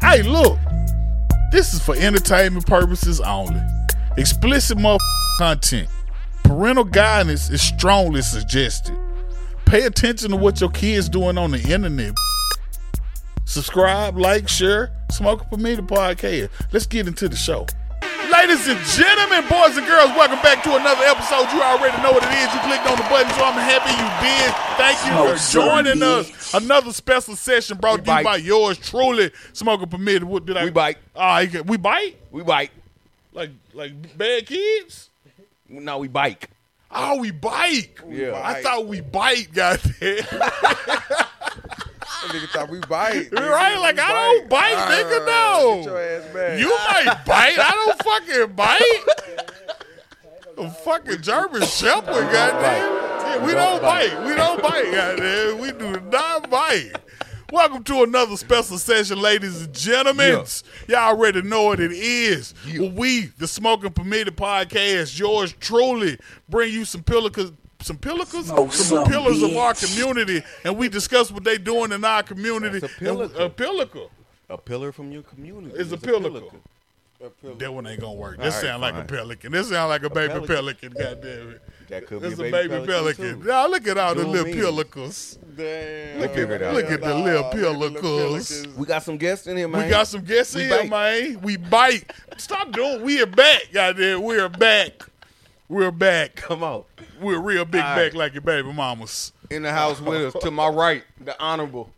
Hey, look, this is for entertainment purposes only. Explicit mother content. Parental guidance is strongly suggested. Pay attention to what your kids doing on the internet. Subscribe, like, share, smoke for me the podcast. Let's get into the show. Ladies and gentlemen, boys and girls, welcome back to another episode. You already know what it is. You clicked on the button, so I'm happy you did. Thank you for Smoke joining some us. Another special session brought to you bite. by yours truly, Smoking Permitted. What did I? We bite. Ah, you got- we bite We bike. like like bad kids. No, we bike. Oh, we bike. Yeah. I thought we bite. Goddamn. That nigga thought we bite. nigga. right? Like We I don't bite, nigga. No. Get your ass back. You might bite. I don't fucking bite. A fucking German Shepherd, goddamn. Yeah, we don't bite. We don't bite, goddamn. We do not bite. Welcome to another special session, ladies and gentlemen. Y'all already know what it is. We, the Smoking Permitted Podcast, yours truly, bring you some pillicas. Some pillicas, some, some, pillars of bitch. our community, and we discuss what they doing in our community. That's a pillica. And- A pillica A pillar from your community is a pillica. A pillow. That one ain't gonna work. This right, sound like a fine. pelican. This sound like a, baby pelican. pelican. God damn it. That could be This a a baby pelican. too. Now look at all the Dual little meanings. pelicans. Damn. They figured it out. Look at the Nah, little look at the little pelicans. pelicans. We got some guests in here, man. We got some guests We in, bite. man. We bite. Stop doing. We are back. God damn. We are back. We're back. Come on. We're real big All back like your baby mamas. In the house with us. To my right, the honorable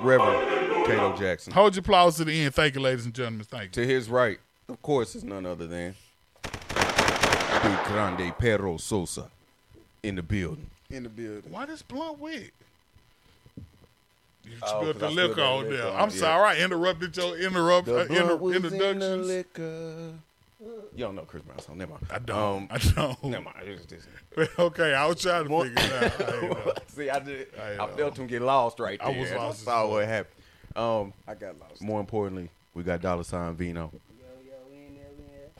Reverend Cato Jackson. Hold your applause to the end. Thank you, ladies and gentlemen. Thank you. To his right, of course, is none other than the Grande Pedro Sosa in the building. in the building. Why this blunt wet? You Oh, spilled 'cause the I spilled liquor that on liquor there. on I'm it, yeah. sorry. I interrupted your interrupt uh, blunt inter- was in the introductions. liquor. You don't know Chris Brown song. Never mind. I don't. Um, I don't. um, Never mind. It was just- okay, I was trying to figure it out. I ain't know. See, I did. I I, know. felt him get lost right I there. was lost as I saw well. what happened. Um, I got lost. more importantly, we got Dollar Sign Vino.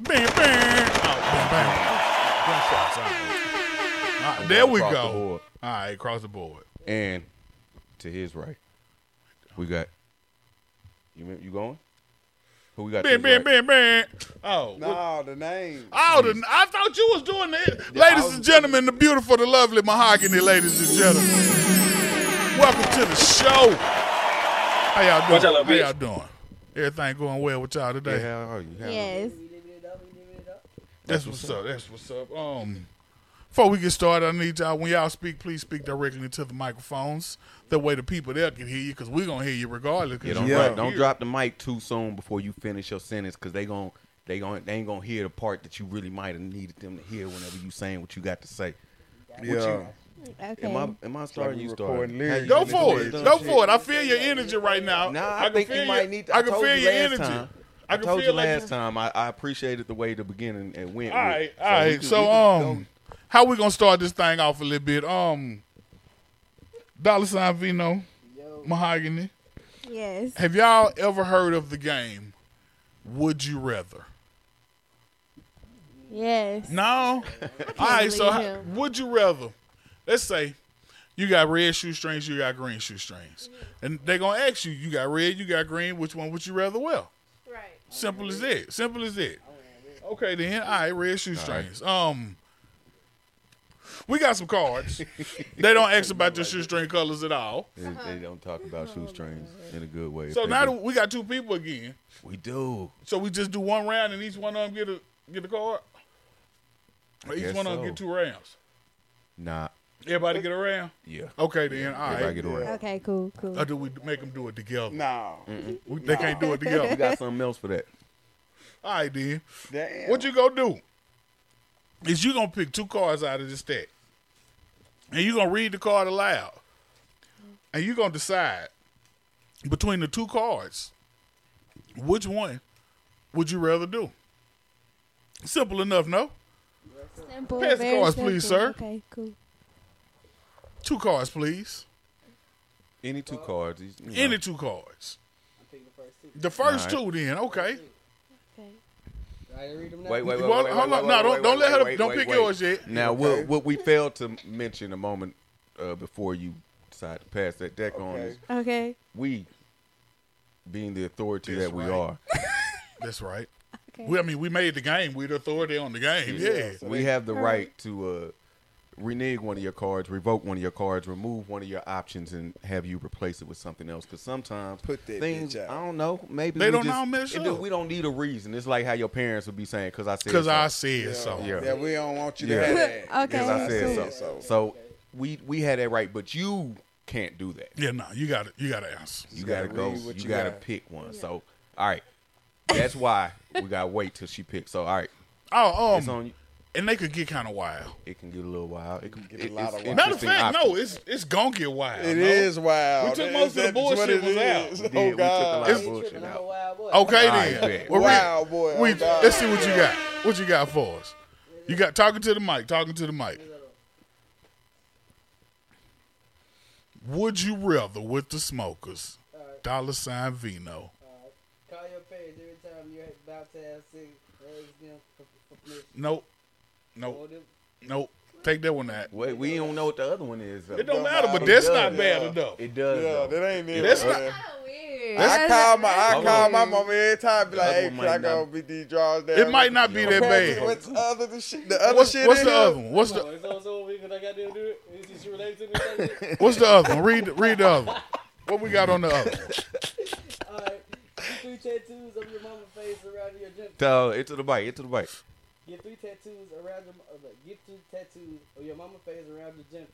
Bam, bam. Oh, bam, bam. Gunshots, all right. All right, there we Across go. the board. All right, across the board. And to his right, we got. You remember- you going? Who we got? to Bam, bam, his right? bam, bam. Oh, what- No, the name. Oh, the, I thought you was doing that. Mm. I ladies was- and gentlemen, the beautiful, the lovely mahogany, ladies and gentlemen. Welcome to the show. How y'all doing? What's up, little How bitch? y'all doing? Everything going well with y'all today? Yeah, how are you? How- Yes. That's what's up. That's what's up. Um, before we get started, I need y'all when y'all speak, please speak directly into the microphones. That way, the people there can hear you because we're gonna hear you regardless. 'cause Yeah, don't, you drop- right don't here. drop the mic too soon before you finish your sentence because they gon' they gon' they ain't gonna hear the part that you really might have needed them to hear whenever you saying what you got to say. Yeah. Okay. Am I am I starting? we you recording starting? lyrics. How Go you feeling? for You it. done Go shit? for it. I feel your energy right now. Nah, I, can think feel you might need. To, I can told feel you your last energy. Time. I I, can told feel you like last you- time. I, I appreciated the way the beginning and went. All with. right, So all we right. could- So, we could um, how we gonna start this thing off a little bit? Um, dollar sign Vino, mahogany. Yes. Have y'all ever heard of the game? Would you rather? Yes. No. All right. So, believe how- him. would you rather? Let's say you got red shoestrings, you got green shoestrings, and they gonna ask you, you got red, you got green. Which one would you rather wear? Right. Simple as that. Simple as that. Okay, then. All right, red shoestrings. Um, we got some cards. they don't ask about your shoestring colors at all. They, they don't talk about shoestrings in a good way. If So they now do- that we got two people again. we do. So we just do one round, and each one of them get a get a card. Or each guess one of them so. get two rounds. Nah. Everybody get a round. Yeah. Okay, then. All Everybody right. get around. Okay. Cool. Cool. Or do we make them do it together? No. We- They can't do it We together. got something else for that. All right, then. Damn. What you gonna do is you gonna pick two cards out of this stack, and you gonna read the card aloud, and you gonna decide between the two cards which one would you rather do. Simple enough, no? Simple. Pass the very cards, please, simple. sir. Okay. Cool. Two cards, please. Any two cards. you know. Any two cards. The first two, then okay. Okay. Wait, Well, wait, wait, wait, hold wait, on. wait, No, wait, don't- wait, don't let wait, her- wait, don't wait, pick wait. yours yet. Now, what what we failed to mention a moment uh, before you decided to pass that deck on Okay. is Okay. we being the authority That's that we right. are. That's right. Okay. We, I mean, we made the game. We're the authority on the game. Yeah. we have the All right, right. to uh, renege one of your cards, revoke one of your cards, remove one of your options, and have you replace it with something else. Because sometimes Put that things, bitch out. I don't know, maybe They we don't just- all mesh it do- up. We don't need a reason. It's like how your parents would be saying, "Because I said." Because I so." said so. Yeah. Yeah, we don't want you to Yeah. have that. Okay, Because I said cool. so. So we we had that right, but you can't do that. Yeah, no, you got to You got to answer. You You gotta gotta go. read what You you gotta got. pick one. So all right, that's why we gotta wait till she picks. So all right, Oh, it's um, on. you. and they could get kind of wild. It can get a little wild. It can get a lot of wild. Matter of fact, no, it's it's gonna get wild. It no? is wild. We took That- most of the that's what bullshit it was out. is. We did. We Oh took a lot God. of It's It's- bullshit Tripping out. on a wild boy. Okay All right, then. bet. Well, we- wild boy. we, oh, God. let's see what you got. What you got for us? You got talking to the mic. Talking to the mic. Would you rather with the smokers? Dollar sign Vino. Call your page every time you're about to have sex. Ask them for, for permission. Nope. Or Nope. them- Nope. Take that one out. Wait, we don't know what the other one is. though. It don't matter, but It that's does, not bad yeah. enough. It does. Yeah, though. that ain't it. That's man. Kinda weird. I call my I Hold call on. my mama every time be The like, other hey, one can I might go not- beat these drawers down? It might not be that Apparently, bad. What's the other the shit? The other What's, shit. what's in the here? other one? What's Oh, the it's on Zoom because I got to do it. Is she related to me? like that? What's the other one? Read read the other one. What we got on the other? one? All right. Get three tattoos of your mama's face around your junk. So it to the bite. It to the bite. Get three tattoos around your. Uh, look, get two tattoos of your mama's face around your genitals.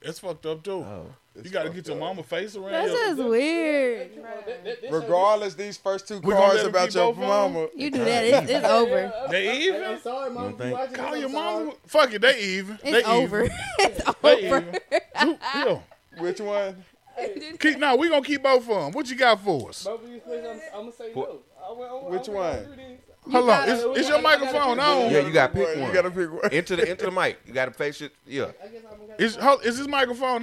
That's fucked up too. Oh, you got to get your mama face around. That's your- just weird. That- that- that- that show Regardless, these first two We gonna cards let 'em about keep your both of 'em? mama. You do that, it's, it's over. Yeah, They I'm- even? I'm sorry, mom. You if think- you watching Call this, your I'm sorry. mama. Fuck it, they even. It's they over. Even. it's They over. even. Do- yeah. Which one? Keep, no, we gonna keep both of them. What you got for us? Bro, please, please, I'm, I'm gonna say What- no. I, went- I, went- I, Which went- I one? do this. Hold on, gotta- it's, it's your I gotta microphone pick on. one. Yeah, you gotta pick Boy, one. You gotta pick one. Into the into the mic. You gotta face it. Yeah. I guess I'm gonna. Is hold, is this microphone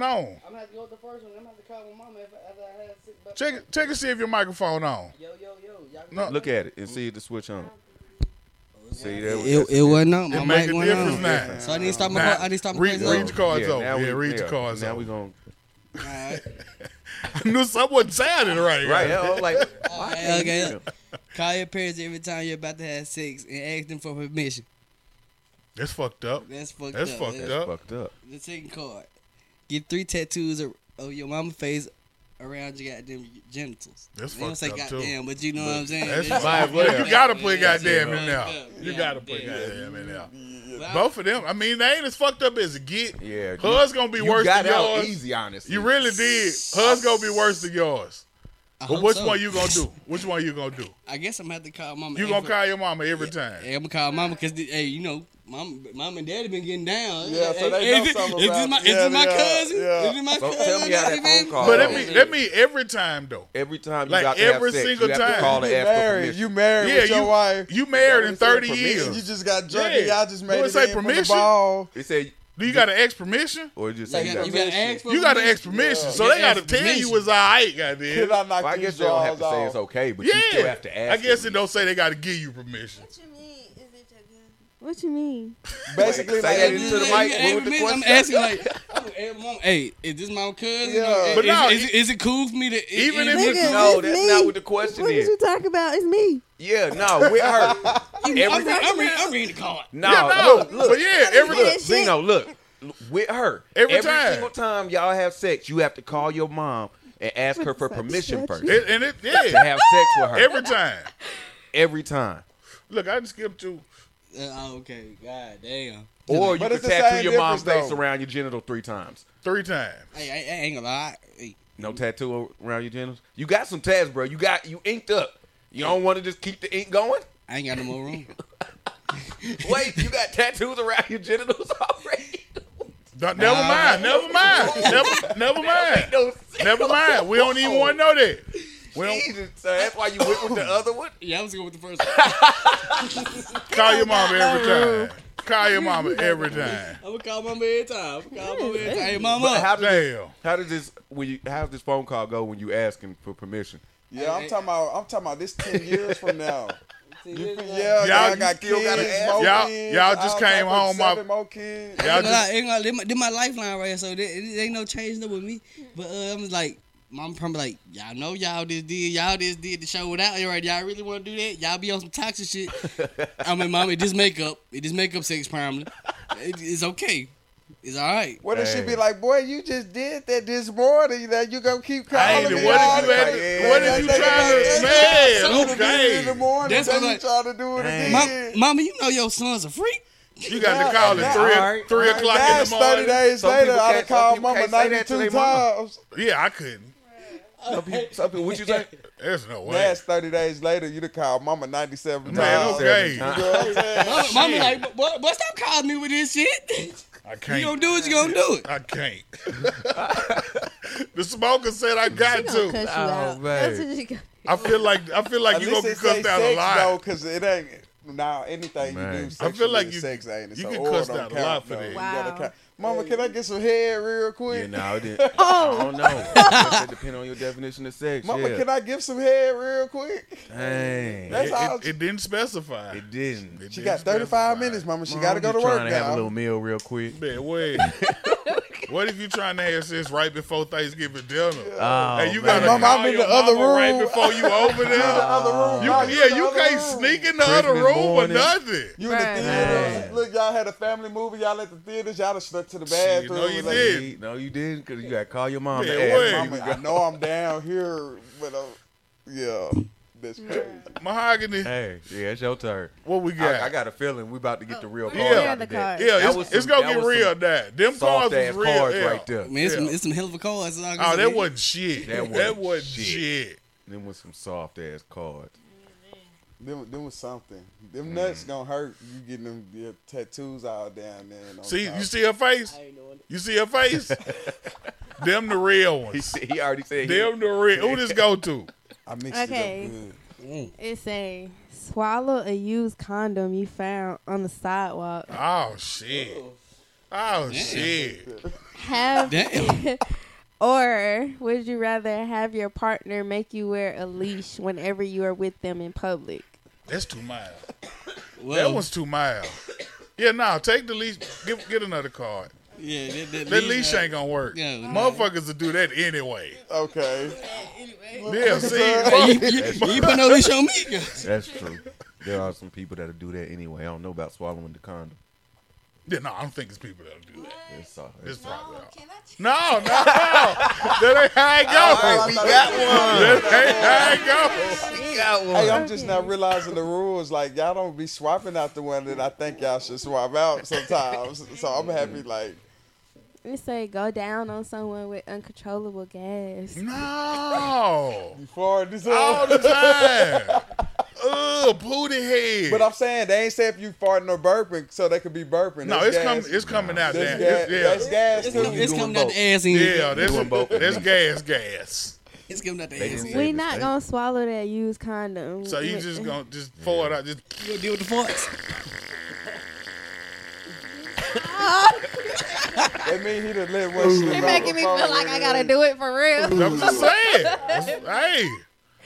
I'm on? gonna have to go with the first one. I'm gonna have to call my mama if, I- if I have sick. But Check it- check and see if your microphone on. Yo, yo, yo, y'all. No, Look at it and see if the switch on. See there. we- It, it wasn't on. it My make mic a went difference on. now. So I need to stop my. Nah, I need to stop my. read, crazy- read the cards Yeah, over. now yeah, we- read the yeah, cards Now over. we gonna. Alright. I knew someone sounded right. Right. yeah, I'm like. Alright, Oh, okay. Call your parents every time you're about to have sex and ask them for permission. That's fucked up. That's fucked That's up. fucked That's- up. Fucked up. The second card. Get three tattoos of, of your mama face around your goddamn genitals. That's They don't fucked say up, too. goddamn, but you know what I'm saying. That's It's- fine. well. You gotta put Yeah, it's goddamn in fucked there. up. You Yeah, gotta put yeah. goddamn in there. Well, Both of them. I mean, they ain't as fucked up as it get. Yeah. Hers gonna be You worse got than out yours. easy, honestly. You really did. Hers gonna be worse than yours. I But hope which so. one you gonna do? Which one you gonna do? I guess I'm gonna have to call mama. You and gonna for- call your mama every time. Hey, I'm gonna call mama because hey, you know, mom, mom and daddy been getting down. Yeah, so they Hey, know is it- something Is about this my, it. is this my Yeah, yeah, cousin? yeah. Is this my So cousin? tell me how that phone call But that Oh, mean yeah. that mean every time though. Every time you Like, got to have every sex, single you have time. to call and You ask for married. permission. You married Yeah, with your you wife. you married in It said thirty permission. years. You just got drunk and Yeah. y'all just made Don't it say in from the permission. ball. It said, Do you got to ask permission? or it just You say got, that. you got to ask for You got to permission. ask permission, Yeah. so You they got gotta to ask tell permission. you it's all right, Did goddamn. I knock Well, I these guess they don't have drawers to say it's off? okay, but you still Yeah, have to ask. I guess them. it don't say they got to give you permission. What you mean? What Is it your good? you mean? Say Basically, that like into the mic. What Hey, hey, was the man, question? I'm asking like, I'm gonna ask mom, hey, is this my cousin? Yeah. Hey, But is, no, is, is, it cool for me to Even is- if is- it's- Nigga, No, it's that's me. not what the question What did is. you talk about? It's me. Yeah, no, with her. I'm, Every, re- I'm, re- I'm reading the card. no, yeah, no, look, Oh, look, but yeah, every Look, look, Zeno, look, look, with her. Every time. single time y'all have sex, you have to call your mom and ask her for permission Such- first to it, and it yeah, have sex with her every, every time. time. Look, I just skipped to Uh, okay, god damn. Or you But can it's the tattoo same your mom's difference, face though. around your genital three times. three times. Hey, I, I ain't gonna lie. Hey, No tattoo around your genitals. You got some tats, bro. You got you inked up. You don't want to just keep the ink going. I ain't got no more room. Wait, you got tattoos around your genitals already? No, never mind, never mind, never, never mind, No sense. Oh, never mind. We don't even want to know that. We don't Jesus, so that's why you went with the other one. yeah, I was going with the first one. call your mama every time. Call your mama every time. I'm gonna call mama every time. I'm gonna call mama every time. Hey, mama. But how did Damn. how did this when you how did this phone call go when you asking for permission? yeah, I'm talking about. I'm talking about this ten years from now. See, this is- Yeah, Y'all- y'all, got you still kids, gotta ask. more Y'all- kids, y'all just all came type of home, my- seven more kids. Y'all ain't gonna just lie, ain't gonna lie, this my lifeline right here, so there, it ain't no change up with me. But uh, I'm just like, mama probably like, y'all know y'all just did, y'all just did the show without it, right? Y'all really want to do that? Y'all be on some toxic shit. I mean, mama, it just makeup. It just makeup sex primarily. It, it's okay. It's all right. What if she Hey. be like, boy, you just did that this morning. That you gonna keep Hey, calling what me if you all the- had? Yeah, What that- if you that- that- trying that- to? Soda beans Man, in the okay. morning, That's then what you I- trying to do it again. Mama, mama, you know your son's a freak. You got to call Now- at three, all right, three all right. o'clock Now in it's the 30 morning. days Some later, people I done can't- some called people mama can't say that to 92 their mama. times. Yeah, I couldn't. Some people, some people, what you say? There's no way. Now it's 30 days later, you done called mama 97 Man, times. okay. You know what I'm saying? Mama, Oh, mama like, but, but stop calling me with this shit. I You gonna can't. do what you gonna do it. I can't. the smoker said I got gonna cuss you to. out. That's what she got. I feel like I feel like At you gonna least they be say cussed out a sex, though, lot. because it ain't. Now anything you do, Man. sexually, like you- sex ain't. it? you so get oral cussed don't out a count, lot for no. that. You gotta Wow. count. Mama, can I get some head real quick? Yeah, no, it didn't. Oh. I don't know. It depends on your definition of sex. Mama, yeah. can I give some head real quick? Dang. That's It, how it, it didn't specify. it didn't. It She didn't got 35 specify. minutes, Mama. She Mom, got to I'm go to just work Trying to have now. a little meal real quick. Man, wait. what if you trying to have sex right before Thanksgiving dinner? Oh, and you man. gotta Mama, call I'm in your the other mama right room. before you over there. the other room. You, Nah, yeah, in the you other can't room. sneak in the other Christmas room morning. or nothing. You in the Right. theater. Man. Look, y'all had a family movie. Y'all at the theaters. Y'all done snuck to the Shit, bathroom. no, you Like, did. See, No, you didn't, because you got to call your mom. Yeah, and ask wait. her. Mama, I know I'm down here, but uh, yeah, that's crazy. Mahogany. Hey, yeah, it's your turn. What we got? I, I got a feeling we about to get the real card. yeah. out Where are of Oh, the that. cards? yeah, That it's, was some- it's gonna that get was real. some That them Soft cards ass is real. cards yeah. right there. I mean, it's, some, Yeah. it's some hell of a call. It's all Oh, good. that wasn't shit. That That, wasn't wasn't shit. shit. Them was some soft ass cards. Them, them was something. Them nuts Mm. gonna hurt. You getting them your tattoos all down there. And on See, top. you see her face? I ain't knowing. You see her face? them the real He, ones. said- he already said. he- Them the real. Who this go to? I mixed Okay. it up good. It's a swallow a used condom you found on the sidewalk. Oh shit. Oh shit. Have Damn. or would you rather have your partner make you wear a leash whenever you are with them in public? That's too mild. Well, That one's too mild. Yeah, no, take the leash. Get, get another card. yeah, that, that, uh, That leash ain't gonna work. Yeah. Motherfuckers will do that anyway. Okay. Yeah, Hey, see? you, you, you put no leash on me. That's true. There are some people that'll do that anyway. I don't know about swallowing the condom. Yeah, no, I don't think it's people that'll do that. It's soft. It's It's probably all. Can I No, no, no. That ain't how it goes. we got That ain't how it goes. Hey, I'm just now realizing the rules. Like y'all don't be swapping out the one that I think y'all should swap out sometimes. So I'm happy. Like It say go down on someone with uncontrollable gas. No. before this. All the time. Ugh, booty head. But I'm saying they ain't say if you farting or burping, so they could be burping. no, That's it's, gas. coming. It's coming out there. That's gas. That's It's- gas It's, too. com- it's doing coming out both. the ass Yeah, anyway. yeah. That's, Doing both. that's gas, gas. It's coming out the They ass didn't- anyway. We Save not mistake. gonna swallow that used condom. So you We- just gonna just pour it out. Just You gonna deal with the farts. That mean he done let one slip You're out making me feel before like I it gotta ain't. do it for real. I'm just saying. It's- hey,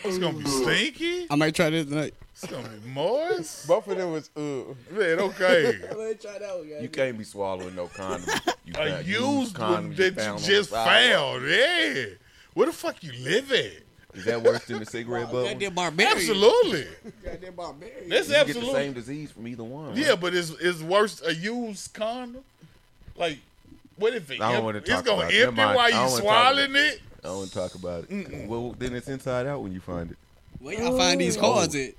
it's gonna be stinky. I might try this tonight. It's gonna be moist. Both of them was uh, ugh. Man, okay. try that one, guys. You can't be swallowing no condom. You A found- used condom one you that found on you the just sidewalk. found. Yeah. Where the fuck you live at? Is that worse than the cigarette bubble? You Goddamn barbarian. Absolutely. Goddamn barbarian. That's can get the absolutely. same disease from either one. Yeah, but it's it's worse a used condom. Like, what if it? I don't em- wanna it's talk gonna about it. empty Never mind. while I don't you wanna talk about swallowing it. I don't want to talk about it. Well, then it's inside out when you find it. Where y'all find these Oh. cards at?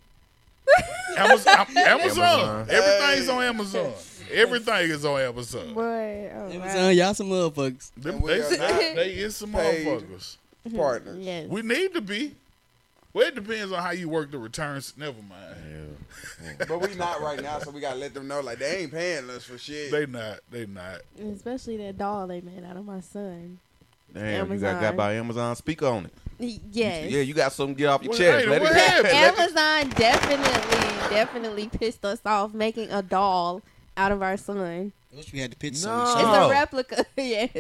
Amazon, Amazon. Amazon. everything's on Amazon. Everything is on Amazon. Boy, oh wow. Amazon, y'all some motherfuckers. Them- And we they, are they, not they is some paid. motherfuckers. Partners. Yes. We need to be. Well, it depends on how you work the returns. Never mind. But we not right now, so we gotta let them know like they ain't paying us for shit. They not. They not. Especially that doll they made out of my son. Damn, you got got Amazon. by Amazon. Speak on it. Yes. Yeah, you got something. to Get off your Well, chest. hey, Let it what go. happened? Let it- Amazon definitely, definitely pissed us off making a doll out of our son. I wish we had the pictures. No. on It's the show. Oh. a replica, yes.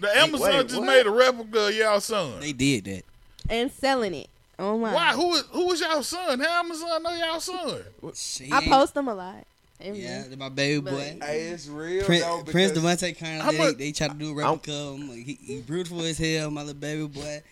The Amazon wait, just what? made a replica of y'all son. They did that. And selling it Oh online. Why? Who is who is y'all son? How Amazon know y'all son? Shit. I post them a lot. Yeah, Yeah. they're my baby boy. But- Hey, it's real Prince, though. Prince because- Devontae kind How of they, much- they try to do a replica. of him. Like, he, he beautiful as hell, my little baby boy.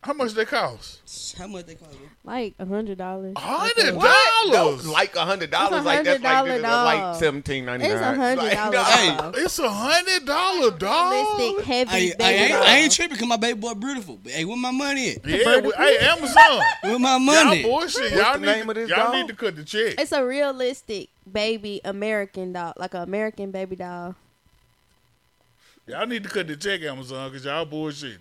How much they cost? How much they cost? you? Like a hundred dollars. Hundred No, dollars. like a hundred dollars. That's a Like that's like, $100 like dog. seventeen ninety nine. It's a hundred dollars. dog. It's a hundred dollar dog. Realistic, heavy. Hey, I, baby ain't, doll. I ain't tripping because my baby boy beautiful. But hey, where my money at? Yeah, we, hey Amazon. Where my y'all money? bullshit. What's Y'all the need name to, of this y'all dog? need to cut the check. It's a realistic baby American doll, like an American baby doll. y'all need to cut the check, Amazon, because y'all bullshit.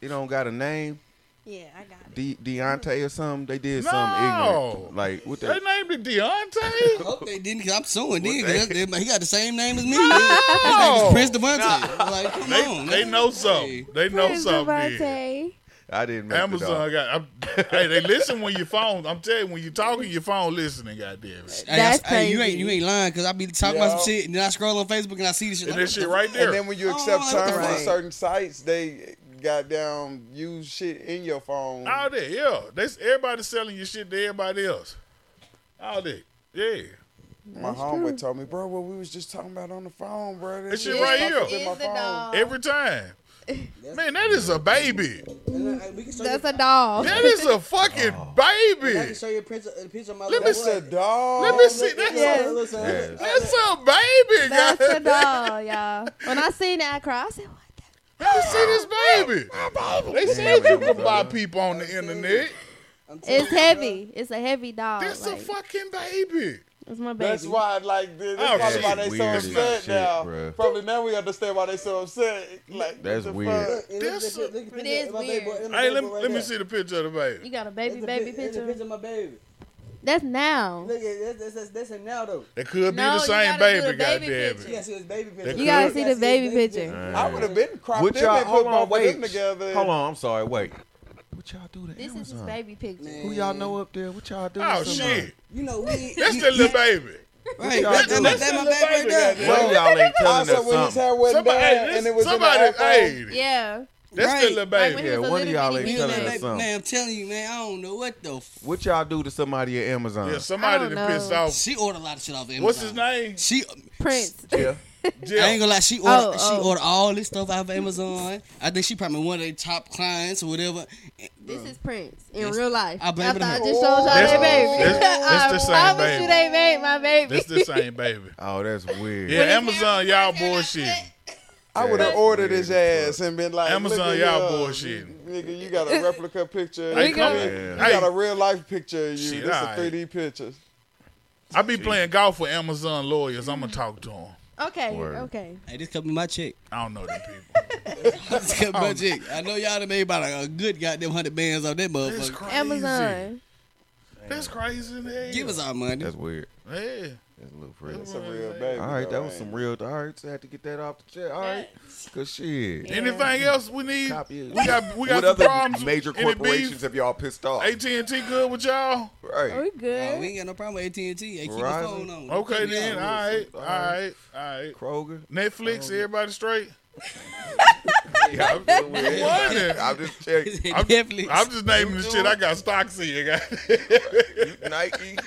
It don't got a name. Yeah, I got it. De- Deontay or something. They did No. something ignorant. Like what They the named it I Deontay. hope they didn't because I'm suing then. What 'cause they- that's- that- he got the same name as me. His name is Prince Devontae. Like, come they, on. they man. know something. Hey. They know Prince something. then. Devontae. I didn't make the dog. Amazon got. I'm, hey, they listen when your phone. I'm telling you, when you're talking, your phone listening. Goddamn it. Hey, I- That's hey, you crazy. ain't you ain't lying because I be talking about some Yeah. shit and then I scroll on Facebook and I see this shit. And like, that what shit the right fuck? there. And then when you Oh, accept what the terms from fuck? certain sites, they got down use shit in your phone. All that, yeah. That's everybody selling your shit to everybody else. All that, yeah. My homeboy told me, bro, what we was just talking about on the phone, bro. That shit right here. in my Is the phone. doll. Every time. Man, that is a baby. And look, hey, we can show That's you, a doll. That is a fucking I can baby. show you a picture, a picture of my Let me little see That's a boy. dog. Let me see. That's, Yes. Look, son, Yes. look, that's a baby, guys. That's a Let doll, y'all. When I seen that, I cried. I said, "What the me see this baby. They said you could buy people on the internet. I'm telling It's heavy. It's a heavy doll. That's a like, fucking baby. It's my baby. That's why, like, this Oh, that's probably shit. why they so Weird as upset shit, now. bruh. Probably now we understand why they so upset. Like, That's what the weird. fuck? you. And look at This- the pic- look at the It picture is of my baby boy weird. and my Hey, baby let, boy right let me there. see the picture of the You baby. got a baby, That's a baby pic- that's a picture. picture of my baby. That's now. Look at that's that's- that's that's him now though. That could be No, the you same gotta do baby, Oh, the baby goddamn picture. You it. gotta see his baby picture. could- gotta see You the baby picture. I would have been cropped What in y'all? and put Hold both on, of them wait. together. Hold on. I'm sorry. Wait. What y'all do to This is his Amazon? baby picture. Who y'all know up there? What y'all do? to Oh Amazon? shit, You know, we. that's the little baby. Right, y'all that, doing? that, that, that my baby right there. One of y'all ain't telling Also, us when his something. hair wasn't Somebody, down hey, and it was somebody, in the iPhone. hey, Yeah. that's Right. the little Like baby. when he Yeah, was a one of little y'all bitty ain't Man, telling baby. us man, something. man, I'm telling you, man, I don't know what the. F- What y'all do to somebody at Amazon? Yeah, somebody I don't that pissed know. off. she ordered a lot of shit off of Amazon. What's his name? She, Prince. Yeah. I Jeff. ain't gonna lie, she ordered, Oh, oh. she ordered all this stuff off of Amazon. I think she probably one of their top clients or whatever. This is Prince in Yes. real life. I blame it After on I her. just showed y'all That's- that baby. that's- that's the same I promise baby. you they made my baby. That's the same baby. Oh, that's weird. Yeah, Amazon, y'all bullshit. I would have That's ordered weird his as ass and been like, Amazon, look at y'all you, uh, bullshitting. Nigga, you got a replica picture. Hey, you come- got- Yeah. you hey. got a real life picture of you. Shit, this alright. a 3D picture. I be playing golf with Amazon lawyers. I'm gonna talk to them. Okay, Word. okay. Hey, this could be my check. I don't know them people. This could be Oh, my check. I know y'all done made about a, a good goddamn hundred bands on that That's motherfucker. crazy. Amazon. That's crazy. in hell. Give us our money. That's weird. Yeah. That's a little freak. It's a real baby. All right, that though, was some ain't real. All right, so I had to get that off the chest. All right, cause shit. Anything else we need? Copy it. We got we got What some other problems. major Any beef? corporations have y'all pissed off? AT and T good with y'all? Right. Are we Oh, we good? ain't got no problem with AT and T. Hey, keep the Verizon. phone on. Okay Keep me then. on. All right. All right. All right. Kroger. Netflix. Everybody straight. Yeah, I'm just weird. What? I'm just checking. I'm, Netflix. I'm just naming the shit. I got stocks in. Nike.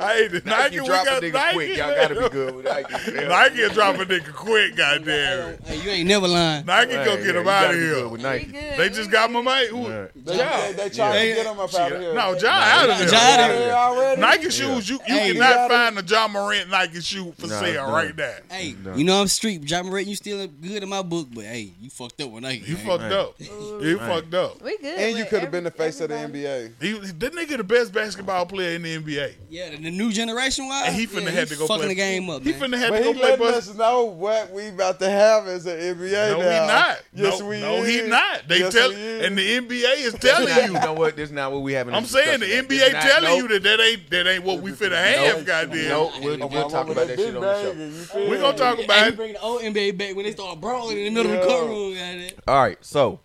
I hate it. Nike. Nike we drop a got nigga Nike. quick. Y'all gotta be good with Nike. man. Nike drop a nigga quick. Goddamn it. hey, you ain't never lying. Nike Right, go get yeah, him you out gotta of be here. good with We Nike. good. They just got my mate. Who? Right. They, Ja. they, they tried Yeah. to get him up out of here. No, They Ja out of Nah, there. Ja out out of of here already. Nike shoes, you, you Hey. cannot find a John Morant Nike shoe for Nah, sale nah. right now. Hey, you know I'm street. John Morant, you still good in my book, but hey, you fucked up with Nike. You man. fucked Right. up. You fucked up. We good. And you with could have been the every- face of the everybody. NBA. He, that nigga the best basketball player in the NBA. Yeah, the, the new generation wise. And he finna yeah, have to go fucking play. the game up. He man. finna have But to go he play letting bus. us know what we about to have as an NBA No, now. he not. Yes, no, we no, is. he not. They yes, tell we is. and the NBA is This telling not- you. You know what? This is not what we having. I'm saying the NBA telling you that that ain't that ain't what we finna have. goddamn. No, we'll, Oh, we'll my talk mama, about that big shit on the show. baby, you feel We gonna me? talk Hey, about you it. bring the old NBA back when they start brawling in the middle of Yeah. the courtroom. Got it. All right, so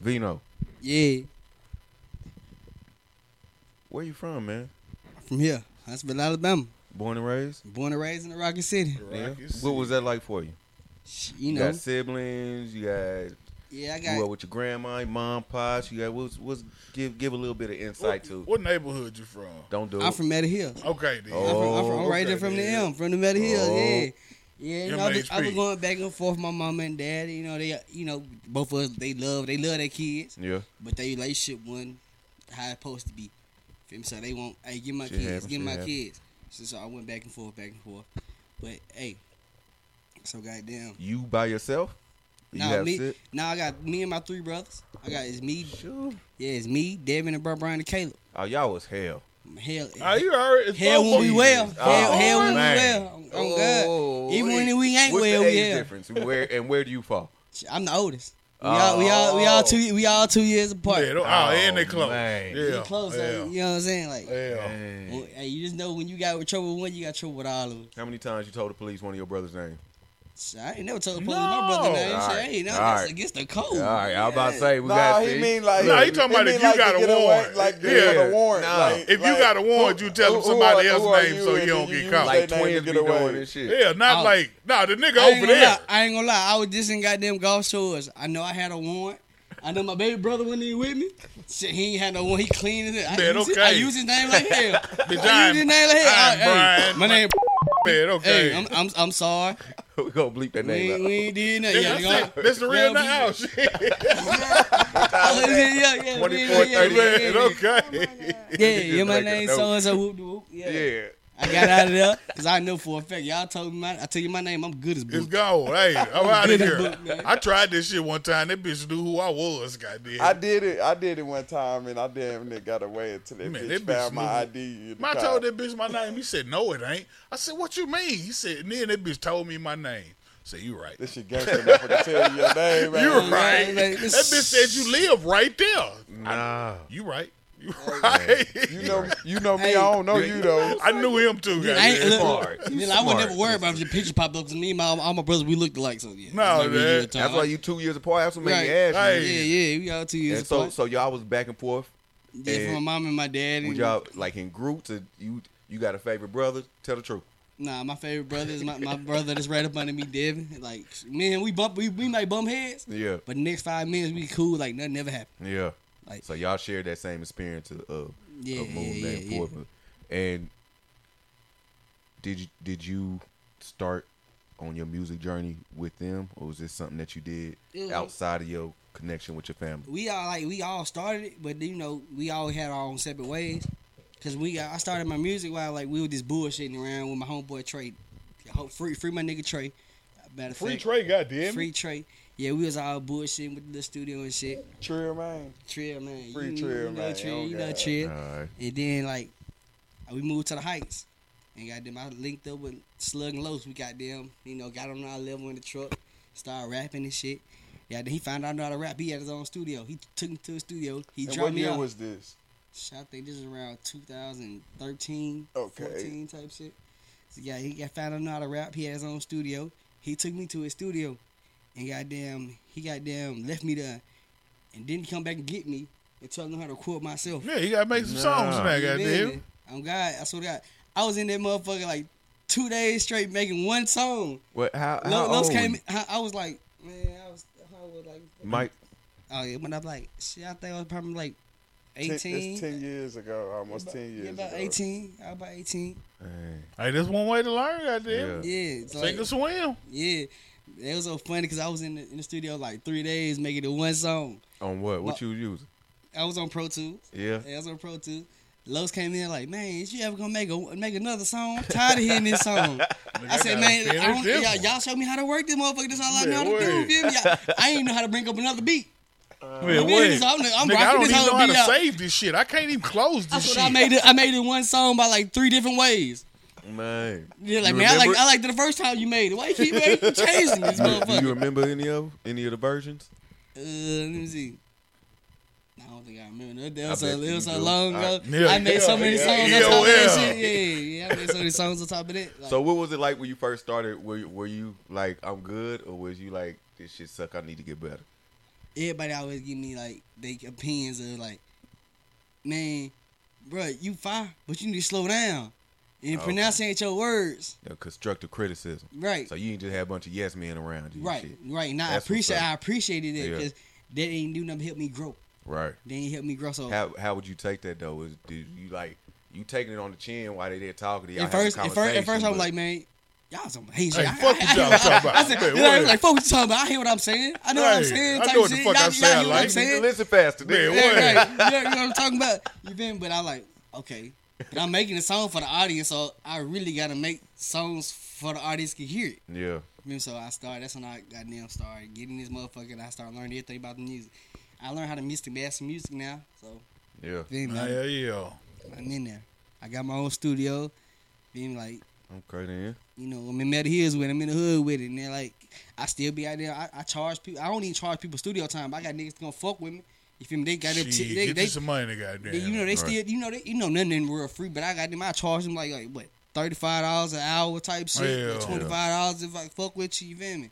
Vino, Yeah, where you from, man? from here, Huntsville, Alabama. Born and raised. Born and raised in the Rocky City. Yeah. Rocky City. What was that like for you? You You know, got siblings. You got yeah, I grew up got. with your grandma, your mom, pops. You got what's what's give give a little bit of insight to. What neighborhood you from? Don't do I'm it. from Meta Hills. Okay then. I'm from, I'm, from, I'm Oh, right there okay, from the yeah. M, from the Meta Hills. Oh. Yeah, Yeah, you know, I, was, I was MHP. going back and forth. with My mama and dad, you know, they, you know, both of us, they love, they love their kids, Yeah. but their relationship wasn't how it's supposed to be. Feel me? So they want, hey, give my Shit kids, happens, give shit my happens. kids. So, so I went back and forth, back and forth. But hey, so goddamn. You by yourself? You Now have me, sit? now I got me and my three brothers. I got it's me, Sure. yeah, it's me, Devin and Brian and Caleb. Oh, y'all was hell. Hell, Are you already? it's Hell both when of we you. well. Hell, Oh, hell when we man. well. I'm, I'm good. Oh, Even wait. when we ain't What's well, the age yeah. difference? Where and where do you fall? I'm the oldest. We all, we all, we all two, we all two years apart. Yeah, oh, and they Oh, close. man. Yeah, We close, yeah. like, you know what I'm saying? Like, yeah. well, Man. hey, you just know when you got with trouble with one, you got trouble with all of us. How many times you told the police one of your brother's name? Shit, I ain't never told the police No. my brother name. All Shit, right. hey, no, All that's right. against the code. All right, I was about to say we Nah, got. he see? mean like Nah, he talking mean about if like you got to a get away- warrant. like you Yeah. get a warrant. Nah. like- If you like, got a warrant, who- you tell him who- somebody who are- else's who are name so and you then don't get caught. use their like name to twins be get doing away. this shit. Yeah, not Oh. like nah. The nigga I ain't, over gonna there. lie. I ain't gonna lie. I was just in goddamn golf shores. I know I had a warrant. I know my baby brother wasn't even with me. Shit, he ain't had no one. He clean as it. I, Man, use, his- okay. I use his name like hell. I Bitch, use I'm- his name like hell. I'm I- Uh, hey, Brian. my name. Man, okay. Hey, I'm, I'm I'm sorry. we gonna bleep that We ain't, name we out. ain't did nothing. Yeah, that's, yeah, it. That's the real yeah, now. we- Shit. yeah, yeah, yeah, yeah, 24, yeah, yeah, yeah, Man, yeah. okay. Yeah, Just yeah, make my a name note. so and so. Whoop de whoop. Yeah. Yeah. I got out of there because I know for a fact y'all told me. My, I tell you my name. I'm good as It's book. gone. Hey, I'm out of Good here. book, man. I tried this shit one time. That bitch knew who I was. Goddamn. I did it. I did it one time, and I damn near got away until they Man, bitch that bitch found my knew- ID. in the I car. told that bitch my name. He said, "No, it ain't." I said, "What you mean?" He said, and then that bitch told me my name. I said, "You right." This shit gangster enough I can tell you your name, man. You man, right. man, That this- bitch said you live right there. Mm. Nah. You right. You right. You know, you know me. Hey. I don't know you though. I knew him too. I ain't, goddamn. look, Smart. look, You then I would never smart. worry about if your picture popped up because me and my, all my brothers, we looked alike. So yeah, No, It's not really man. a time. That's why you two years apart. That's what made Right. me ask you. Yeah, Hey. yeah, we all two years And so, apart. so y'all was back and forth. yeah, and from my mom and my dad. Would And, y'all like in groups? Or you you got a favorite brother? Tell the truth. nah, my favorite brother is my, my brother that's right up under me, Devin. Like, man, we bump, we, we might bump heads, Yeah. but the next five minutes we cool, like nothing ever happened. Yeah. Like- so y'all shared that same experience of, of, Yeah, of moving yeah, back and yeah, forth. And did you did you start on your music journey with them, or was this something that you did It was- outside of your connection with your family? We all like we all started it, but you know we all had our own separate ways. Cause we got, I started my music while like we were just bullshitting around with my homeboy Trey, Ho- free free my nigga Trey. Matter of free fact, Trey. Goddamn. Free Trey. Yeah, we was all bullshitting with the studio and shit. Trill man. Trill, man. Free you, Trill, you know man. Trill, Oh, you know God. Trill. All right. And then, like, we moved to the Heights. And goddamn, I linked up with Slug and Los. We goddamn, you know, got on our level in the truck, started rapping and shit. Yeah, then he found out I knew how to rap. He had his own studio. He took me to his studio. He And dropped what me year off. was this? Shit, I think this is around 2013, Okay. 14 type shit. So yeah, he got found out how to rap. He had his own studio. He took me to his studio, and goddamn, he goddamn left me there, and didn't come back and get me and tell him how to record myself. Yeah, you gotta make some Nah. songs now. You feel Goddamn. me? I'm Oh, God. I swear to God, I was in that motherfucker like two days straight making one song. Well, how, how Lo- Los old came. were I, I was like, man, I was, I was like, you? Mike. oh yeah, when I'm like, shit, I think I was probably like Ten- 18. It's ten years ago. Almost ten Yeah, years. about ago. 18. I was about 18. Hey. Hey, that's one way to learn. Goddamn. Yeah, it's Take like, a swim. yeah. It was so funny because I was in the, in the studio like three days making the one song. On what? What No. you using? I was on Pro Tools. Yeah. Yeah, I was on Pro Tools. Los came in like, man, is you ever gonna make a make another song? I'm tired of hearing this song. I said, man, I don't, y'all, y'all show me how to work this motherfucker. That's all I know how to do. Man, Feel me? I, I ain't know how to bring up another beat. Man, I'm wait. doing this, I'm- I'm Nigga, I rocking don't this even know how whole beat to out. save this shit. I can't even close That's this what shit. I made it. I made it one song by like three different ways. Man. Yeah, like You man, I like remember I liked it the first time you made it. Why you keep making changing this Do you motherfucker? remember any of 'em? any of the versions? Uh, let me see. I don't think I remember. That I was, so, bet it was you so do. long I- ago. Yeah, I made so yeah, many yeah, songs yeah, on top of that yeah. shit. Yeah, yeah, I made so many songs on top of that. Like, So what was it like when you first started? Were you, were you like I'm good, or was you like this shit suck? I need to get better. everybody always give me like they opinions of like, man, bro, you fine, but you need to slow down and Okay. pronunciate your words You know, constructive criticism. right. So you ain't just have a bunch of yes men around you. and right, shit. right. Now I That's what's appreciate up. I appreciated it Yeah. because that ain't do nothing to help me grow. Right. They ain't help me grow. So How how would you take that though? Is did you like you taking it on the chin while they there talking to you? at first, at first, at first, I was like, man, Y'all some hey, Hey, shit. I- fuck I- what I hear y'all what- talking about. I said, Hey, you know, what- like, fuck what you talking about. I hear what I'm saying. I know what I'm Hey, saying. I type know what the shit. fuck y'all, I y'all sound hear what like. I'm saying. Listen faster, Man, nigga. what? Yeah, right. You know, you know what I'm talking about? You feel me? But I like, okay. But I'm making a song for the audience, so I really gotta make songs for the audience can hear it. Yeah. You feel me? So I started that's when I goddamn started getting this motherfucker and I started learning everything about the music. I learned how to mix the best music now, so Yeah. feel me? Hell yeah. I'm in there. I got my own studio. Feel me? Like Okay then. you know, I'm in Metal Hills with it, I'm in the hood with it, and they're like, I still be out there. I, I charge people. I don't even charge people studio time. but I got niggas gonna fuck with me. You feel me? They got them. Shit, T- get they, you they, some money, goddamn. they- you know, they still, you know, they, you know, nothing in real free. But I got them. I charge them like, like what, thirty five dollars an hour type shit. Hell. Twenty five dollars if I fuck with you. You feel me?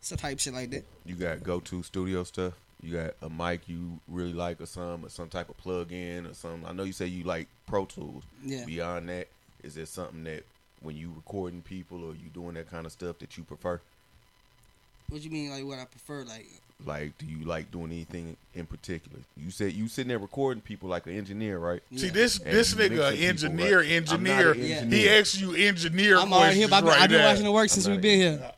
It's a type shit like that. You got go to studio stuff. You got a mic you really like or some or some type of plug in or something. I know you say you like Pro Tools. Yeah. Beyond that, is there something that when you recording people or you doing that kind of stuff that you prefer? What you mean? Like what I prefer? Like Like, do you like doing anything in particular? You said you sitting there recording people like an engineer, right? See Yeah. this And this you mix nigga with people, engineer right? engineer, I'm not an he engineer. asks you engineer I'm already here. questions but I've been, right I've been now. watching the work since I'm we've not been here.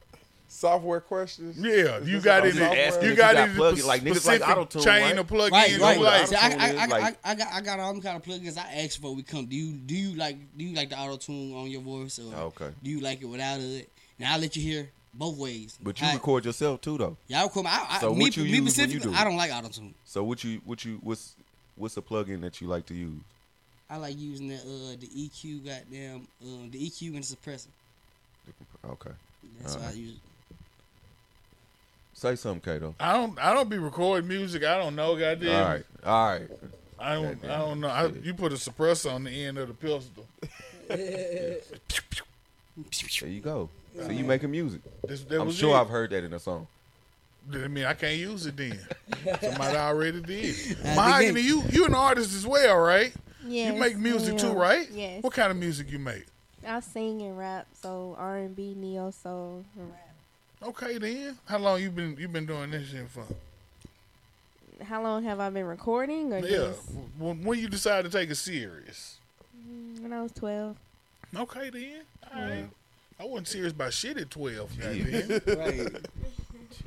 Software questions. Yeah, Is you this got a it. software? asking You if got you got it. plug- like, niggas like specific auto-tune, chain right? of plug Right, ins. right. I'm like- like, See, I, I, I, like- I, I got I got all them kind of plugins I asked for. We come. Do you do you like do you like the auto tune on your voice or Okay. do you like it without it? And I let you hear both ways. But you I, record yourself too, though. y'all record. my- I, I, So me, what you me use when you specifically, do it? I don't like auto tune. So what you what you what's what's a plugin that you like to use? I like using the uh, the EQ, goddamn uh, the EQ and the suppressor. Okay, That's what I Alright. use. say something, Kato. I don't. I don't be recording music. I don't know. Goddamn. All right, all right. I don't. I Goddamn. don't know. I, you put a suppressor on the end of the pistol. There you go. So you making music. This, that I'm was sure it. I've heard that in a song. I mean, I can't use it then. Somebody already did. the Mahogany, gate. you you an artist as well, right? Yes, you make music I too, am. right? Yes. What kind of music you make? I sing and rap, so R and B, neo soul, and rap. Okay, then. How long you been you been doing this shit for? How long have I been recording? Or Yeah. just- When, when you decide to take it serious? when I was twelve. Okay, then. All right. I wasn't serious about shit at twelve. back Jeez. then. Right.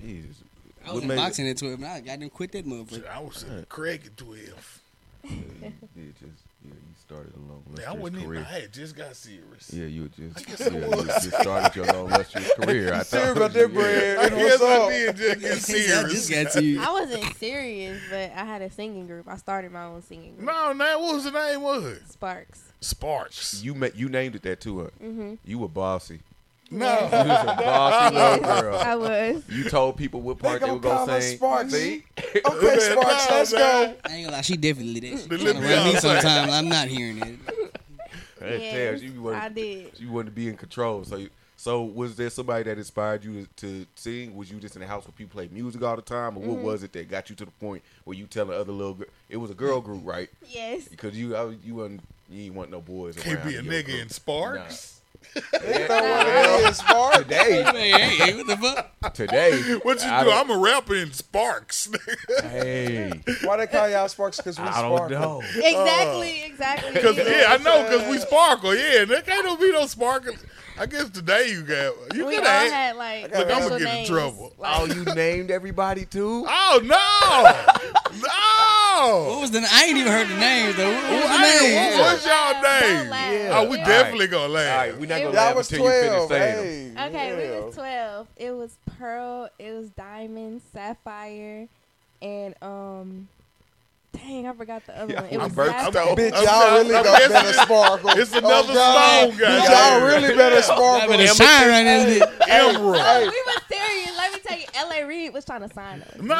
Jesus. I What was in made- boxing at twelve, and I goddamn quit that motherfucker. I was uh, Craig at twelve. Yeah, you did just yeah, you started a long Yeah, I lustrous wasn't even. I career. had just got serious. Yeah, you were just yeah, you just started your long lustrous career. I Serious thought about that yeah. bread. I and what's guess I up? did just get I serious. just got to you. I wasn't serious, but I had a singing group. I started my own singing group. No, man, what was the name of it? Sparks. Sparks. You met you named it that too. Huh? Mm-hmm. You were bossy. No, You was a bossy Oh, little girl. I was. You told people what They part they were gonna call gonna us sing. Sparks. See? Okay, Sparks, let's go. I ain't gonna lie, she definitely did. They She let me around me outside. sometimes. I'm not hearing it. That Yes, tells you I wanted, did. you wanted to be in control. So, you, so was there somebody that inspired you to, to sing? Was you just in the house where people played music all the time, or Mm-hmm. what was it that got you to the point where you telling other little? gir- It was a girl group, right? Yes. Because you I, you wasn't you ain't want no boys. can't around be a in your nigga group. in Sparks. You know what it is, Sparks. Today, Hey, hey, hey, what the fuck? today, What you I do? I'm don't- a rapper in Sparks. hey, Why they call y'all Sparks? Because we I don't Sparks. know. Exactly. exactly. Cause Oh. yeah, I know, cause we sparkle. Yeah, there can't don't be no sparkle. I guess today you got you we all could have. had like. Look, I'm little gonna get in names, trouble. Oh, Like, you named everybody too. Oh no, What no. was the? I ain't even heard the names though. What was the Hey, name? what was y'all Don't name? laugh. Yeah. Oh, we All right. definitely gonna All laugh. right, we're not It gonna was- Y'all laugh was until you finish twelve. saying them. Hey. Okay, we yeah. was twelve. It was pearl. It was diamond, sapphire, and um. Dang, I forgot the other Yeah, one. It I'm was burnt sapphire. out. Bitch, I'm y'all sorry. really I'm got messing better it. sparkle. It's Oh, another God. song, Bitch, goddamn. y'all really better Y'all sparkle. better shine right now. isn't it? Emerald. We was serious. Let me tell you, L.A. Reid was trying to sign us. No, man,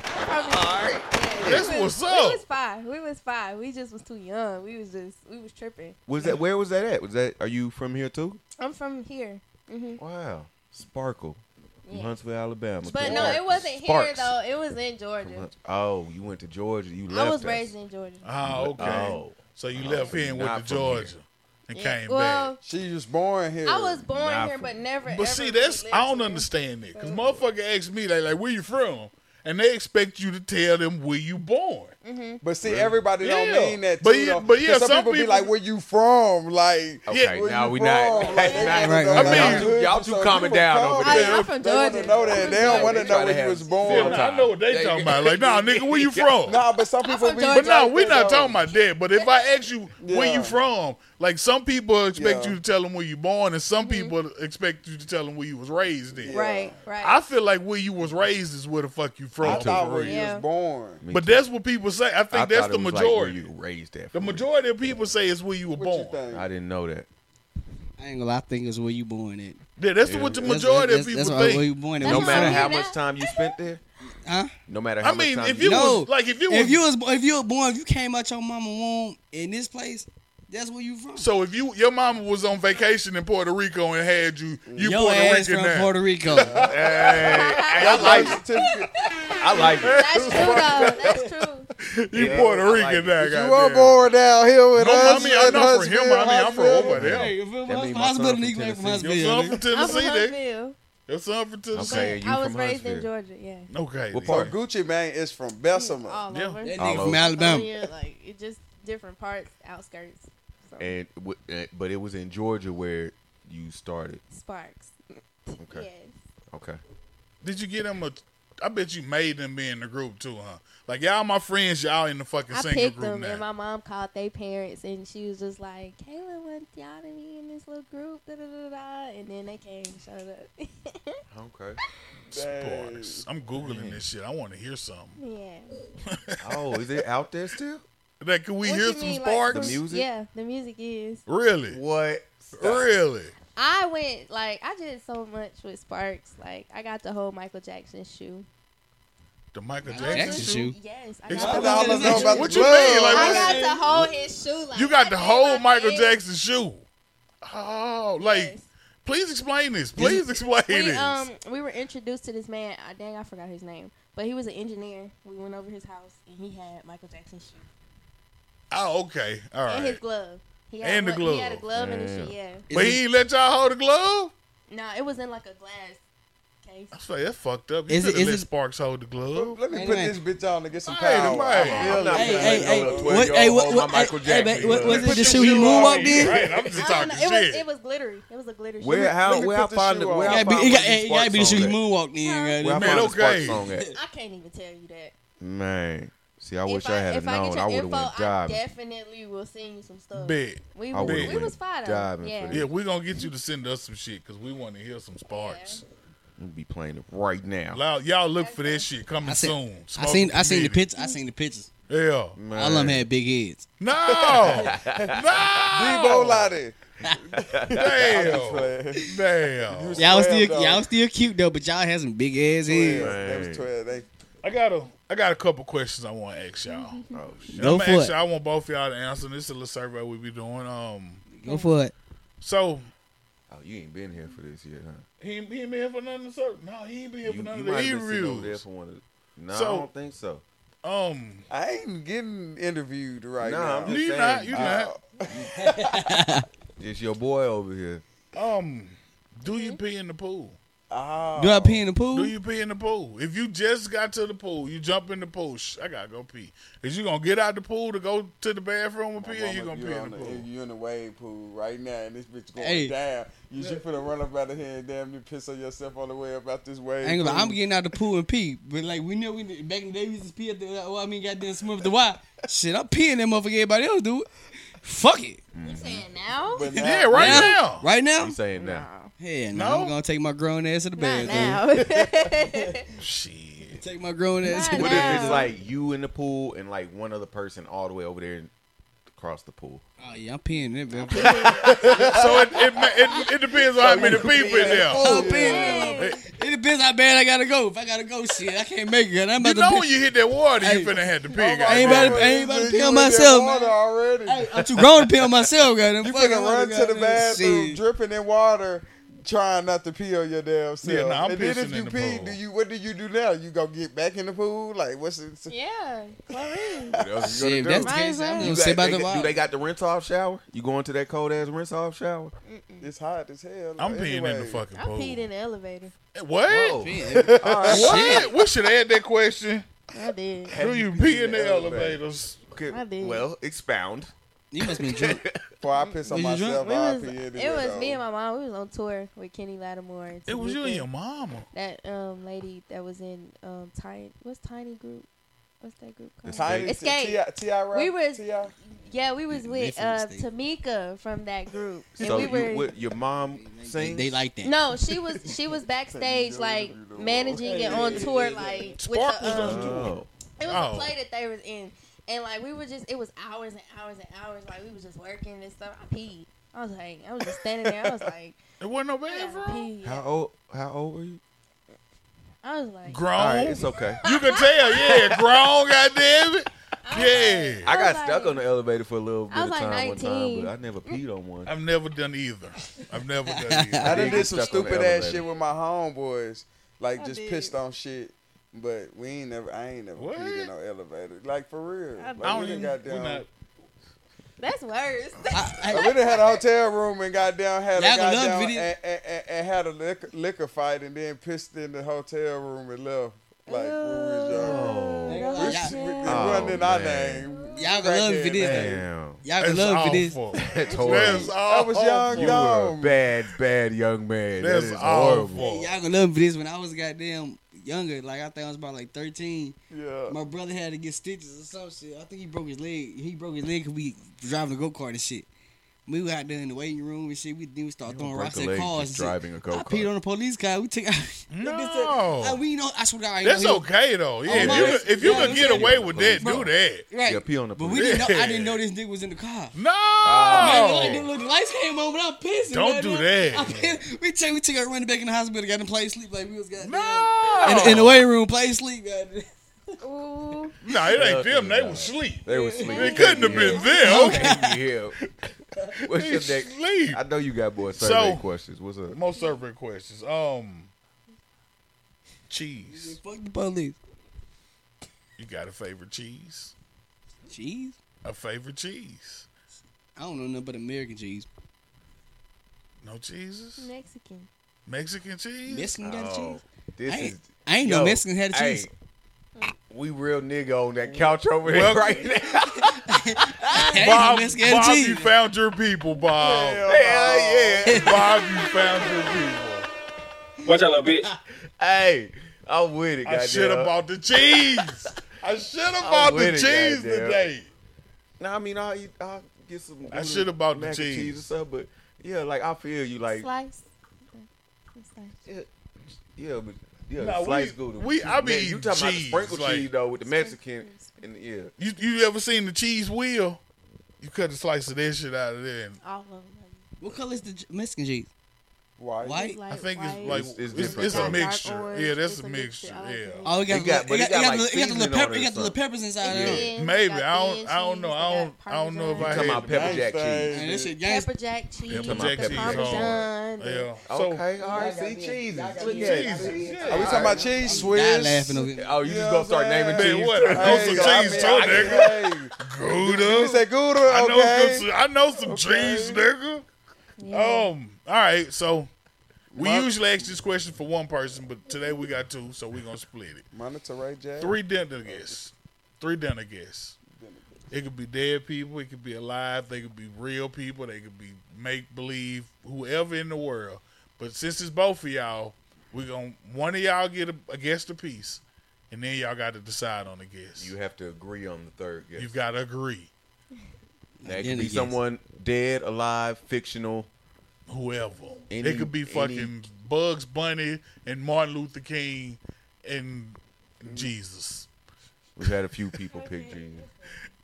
Yeah, That's we was, what's up. We was five. We was five. We just was too young. We was just we was tripping. Was that where was that at? Was that are you from here too? I'm from here. hmm Wow, Sparkle, from Yeah. Huntsville, Alabama. But no, Sparks. it wasn't Sparks. here though. It was in From Georgia. Hunts- Oh, you went to Georgia. You left. I was us. raised in Georgia. Oh, okay. Oh. So you Oh, left so here and you're went not to from here. Georgia and Yeah. came back. Well, She was born here. I was born Nah, here, for- but never. But ever see, that's really I don't lived here. Mm. understand it. Cause motherfucker asked me like, like, where you from? and they expect you to tell them where you born. Mm. But see, everybody Yeah. don't mean that. But too, yeah- though. but yeah, 'Cause some, some people, be people- like, "Where you from?" Like, Okay, Yeah. now you we from? not. Like, not- Right, they wanna know right, that right. you I mean, hood, y'all too so you calm from down over Compton. I mean, there. I'm from They want Georgia. to know that. They don't want to They try know to where you have was Yeah, Real born. nah, time. I know what they They- talking about. Like, nah, nigga, where you from? Nah, but some people from be. Georgia. But no, like we're that, not though. talking about that. But if I ask you where Yeah. you from, like some people expect Yeah. Mm-hmm. you to tell them where you born, and some people expect you to tell them where you was raised. In. Right, right. I feel like where you was raised is where the fuck you I from. thought where you Yeah. was born. But that's what people say. I think I that's thought the it was like majority. where you raised that. the from. majority of people say it's where you were What born. you think? I didn't know that. I ain't gonna lie, I think it's where you born at. Yeah, that's Yeah. what the That's- majority of that's, people that's Where think. you born at. That's No not matter right. how Yeah. much time you spent there, Huh? no matter how I mean, much time if you No. was like if you was If you was if you were born, if you came out your mama womb in this place, that's where you from. so if you your mama was on vacation in Puerto Rico and had you you Your Puerto ass Rican from now. Puerto Rico. That's I like it. certificate. I like it. That's true though. That's true. you Yeah, Puerto I like Rican it. now. You goddamn. were born down here with No, I us. mean, I'm in not from him. I Huntsville, mean, I'm from Huntsville. over there. Hey, if it That was mean my from son hospital, from nigga came from Tennessee. Your son from hospital. nigga. I'm Tennessee, from nigga. Huntsville. Your son from Tennessee. Okay, you I was from raised in Huntsville. Georgia. Yeah. Okay. What then. part? But Gucci Mane is from Bessemer. All Yeah. over. That All nigga over. from Alabama. Yeah, like it just different parts, outskirts. So. And w- uh, but it was in Georgia where you started. Sparks. Okay. Okay. Did you get him a? I bet you made them be in the group too, huh? Like y'all, my friends, y'all in the fucking Yes. I single picked group them, now. and my mom called their parents, and she was just like, "Kayla wants y'all to be in this little group." Da da da da. And then they came, and showed up. Okay. Sparks. I'm googling this shit. I want to hear something. yeah. Oh, is it out there still? Like, can we What hear you some mean, like, sparks? The music? Yeah, the music is. really, What? really. I went like I did so much with Sparks. Like I got the whole Michael Jackson shoe. The Michael Michael Jackson. Jackson shoe? shoe? Yes, I Explain got, All I the, know about the What you glove. mean? Like, I what- got to hold his shoe. Like You got the I did whole my Michael thing. Jackson shoe. Oh, like, Yes. please explain this. Please explain we this. um we were introduced to this man. Uh, dang, I forgot his name, but he was an engineer. We went over his house and he had Michael Jackson shoe oh, okay, all and his right. glove. He had And the one- He had a glove. glove and his Damn. shoe. Yeah. But he ain't let y'all hold the glove. No, it was in like a glass case. I say that's fucked up. You Is it- could have is let it- Sparks hold the glove. Let me Hey, put man. this bitch on to get some Hey, power. man. I Hey, feel it. Hey, hey, hey, Little what, hey, 12-year-old what, on what, Michael hey, hey, Jackson, what, you was know. it the Put shoe your he shoe on. moonwalked in? Right, I'm just I don't talking know. It was shit. it was glittery. It was a glittery shoe. Where? How? Let me Where put I the find shoe the? on. Where It I gotta be, find it where got- these it gotta be the Sparks shoe he song at? moonwalked in. Where I goddamn. Man, find the okay. Sparks song at? I can't even tell you that. Man, see, I wish if I, had if known. I, I get would your have info, went I diving. definitely will send you some stuff. Bet. We I was, would've we went was fine. though. diving Yeah. for Yeah, we're gonna get you to send us some shit because we want to hear some sparks. We'd be playing it right now. Loud, y'all look for that shit coming I seen, soon. I seen, I seen the Smoking pictures. I seen the community. pictures. Yeah. Man. All of them had big heads. No, Debo no. Lottie. Damn, damn. You- Y'all was Twelve still, y'all dollars. was still cute though, but y'all had some big ass heads. That was 12. They, I got a, I got a couple questions I want to ask y'all. Oh shit! Go I'm for gonna ask it. y'all- I want both of y'all to answer. This is a little survey we be doing. Um, Go for it. so Oh, you ain't been here for this yet, huh? he, he ain't been here for nothing. Sir. No, he ain't been here you for none you of might the have been sitting over there interviews. for one. Of, no, So- I don't think so. Um, I ain't getting interviewed right Nah, now. I'm you saying, not, you uh, not. It's your boy over here. Um, do you Mm-hmm. pee in the pool? Oh. Do I pee in the pool? Do you pee in the pool? If you just got to the pool, you jump in the pool. Shh, I gotta go pee. Is you gonna get out the pool to go to the bathroom and My pee, or you mama, gonna you pee in on the the- pool? You in the wave pool right now, and this bitch going Hey. down. You just finna run up out of here and damn near piss on yourself on the way up out this wave. I ain't gonna lie, I'm pool. getting out the pool and pee. But like we knew we back in the day we used to pee at the well, I mean goddamn smooth the Y. Shit, I'm peeing that motherfucker everybody else do it. Fuck it. Mm-hmm. You saying now? But now, oh Yeah, right Now? now. Right now? You saying now? Yeah, No? no, I'm gonna take my grown ass to the Not bathroom. now. Shit. Take my grown ass to the Not What bathroom. if it's Now. like you in the pool and like one other person all the way over there and across the pool? Oh yeah, I'm peeing in there. So it it, ma- it it depends on how many people in there. I'm peeing. It depends how bad I gotta go. If I gotta go, shit, I can't make it. and I'm You about know to when pee. you hit that water, you Hey. finna have to pee. Oh my goddamn. Everybody- God, everybody you pee in on that myself, water man. already. Hey, I'm too grown to pee on myself, goddamn. You Fuck it, finna I'm run to goddamn- the bathroom shit. dripping in water. trying not to pee on your damn self. Yeah, nah, I'm and then if pissing you in the pee, pool. do you what do you do now? You gonna get back in the pool? Like what's it? Yeah, for real. What else you Shit, if gonna do? that's the Might case, as well. I'm You gonna got- sit by they got- the Do water. they got the rinse off shower? You going to that cold ass rinse off shower? It's hot as hell. I'm Anyway, peeing in the fucking I pool. peed in the elevator. What? Whoa. Yeah. All right. What? We should add that question. I did. Do you pee in the elevators? Okay, I did. Well, expound. You must be drunk. Before I piss on Was you drunk? myself, We I was, pee in the it was me and my mom. We was on tour with Kenny Lattimore. And It was you and Tamika. your mama. That um lady that was in um tiny what's tiny group? What's that group called? Tiny Escape. T.I. T.I. We was- T.I. Yeah, we was with Different uh, state. Tamika from that group, and So we were. you, what, your mom they, sings? they like that. no, she was she was backstage Tamika, like you know. managing and on tour like with Sparkles the, doesn't um, do Oh. it was Oh. a play that they was in, and like we were just it was hours and hours and hours like we was just working and stuff. I peed. I was like I was just standing there. I was like It wasn't no I gotta bathroom. pee. How old? How old were you? I was like Grown. All right, it's okay. You can tell, yeah, grown, goddamn it. Yeah. I I was got stuck like- on the elevator for a little bit I of was time like one time, 19. but I never peed on one. Mm. I've never done either. I've never done either. I did done get did some stuck on the stupid ass elevator. shit with my homeboys. Like I just did. pissed on shit. But we ain't never I ain't never What? peed in no elevator. Like for real. I Like, I don't we done even. got we're down not- that's worse. I, Like, I, we done had a hotel room and got down, had Y'all a gonna got love down, and, video. and, and, and had a liquor, liquor fight, and then pissed in the hotel room and left. Like, we was young. Oh. We- Yeah. we- we Oh, running our man. name. Y'all gonna love if it is. Crackhead, man. Damn. y'all That's can love for this. awful. That's That's horrible. awful. was young, Oh, You though. were a dumb. bad, bad young man. That That's is horrible. awful. Y'all gonna love me for this. When I was goddamn younger, like I think I was about like thirteen, Yeah. Uh. my brother had to get stitches or some shit. I think he broke his leg. He broke his leg because we driving a go kart and shit. We were out there in the waiting room and shit. We then we started You throwing don't break rocks a at leg cars. just and shit. driving a go-kart. I peed on the police car. We took. No. I, we know. I swear to God, I ain't That's know he- okay though. Yeah, if my- you can- if you yeah, can I'm get saying- away with that, do Bro. that. Right. Yeah, pee on the but we police. didn't know. I didn't Yeah. know this nigga was in the car. No. Man, the light- the, look, the lights came on, but I'm pissing. Don't do that. I'm pissing. We took we took our running back in the hospital, got him play sleep like we was goddamn. No. In, in the weight room, play sleep. goddamn. Ooh. No, it ain't them. They Nah. was sleep. They were sleeping. It couldn't have been them. Yeah. What's They your next? sleep. I know you got more survey So- questions. What's up? Most survey questions. Um, cheese. Fuck the police. You got a favorite cheese? Cheese? A favorite cheese? I don't know nothing but American cheese. No cheeses? Mexican. Mexican cheese? Mexican Oh, got a cheese. this I ain't, is. I ain't yo, no Mexican had a cheese. Hey, we real nigga on that couch over there Well- right now. I ain't Bob, no Mexican had a Bob you cheese. found your people, Bob. Hell yeah. Bob, you found your people. Watch out, little bitch. hey, I'm with it. I goddamn. should have bought the cheese. I should have bought the with it, cheese goddamn. today. Nah, I mean, I'll, eat, I'll get some. I should've bought the mac and cheese. cheese and stuff, but yeah, like I feel you, like Slice. Slice. yeah, but yeah, Nah, we- slice good. we- I be you talking about the cheese, sprinkle like- cheese though with the Mexican and yeah, You you ever seen the cheese wheel? You cut a slice of that shit out of there. And All of them. What color is the j- Mexican cheese? Why? White? It's like I think white, it's like It's- it's, it's it's, different a colors. mixture. dark orange, yeah, that's it's a mixture. I don't think Yeah. Oh, it got, It got- but it the- it got, got, the- like, it got the seasoning little on pepper, it it or got the little something. peppers inside It's of it. thin, it's Maybe. got I don't- thin I don't cheese, know. I it's got don't- I don't know if I parmesan. talking had- about pepper Nice jack cheese. thing. Man, that shit gangsta. pepper jack cheese, Pepper jack the cheese, parmesan. the- Yeah. So Okay, all right, see cheese. Y'all got Look me- at y'all got it. me- cheese. Are we talking about cheese I'm dying Swiss? laughing over here. Oh, you You just know gonna what start I'm naming saying? cheese? Man, what? I know some Hey, I cheese mean, too, I nigga. can- hey, You Gouda. say Gouda? I know Okay. some, I know some cheese, nigga. Yeah. Um. All right. So we My- usually ask this question for one person, but today we got two, so we're gonna split it. Monterey Jack. Three dinner guests. Three dinner guests. It could be dead people. It could be alive. They could be real people. They could be make believe. Whoever in the world. But since it's both of y'all, we gonna one of y'all get a, a guest apiece, and then y'all got to decide on the guest. You have to agree on the third guess. You've got to agree. That Then could be yes. someone dead, alive, fictional. Whoever. Any- it could be any- fucking Bugs Bunny and Martin Luther King and Mm. Jesus. We've had a few people pick Jesus.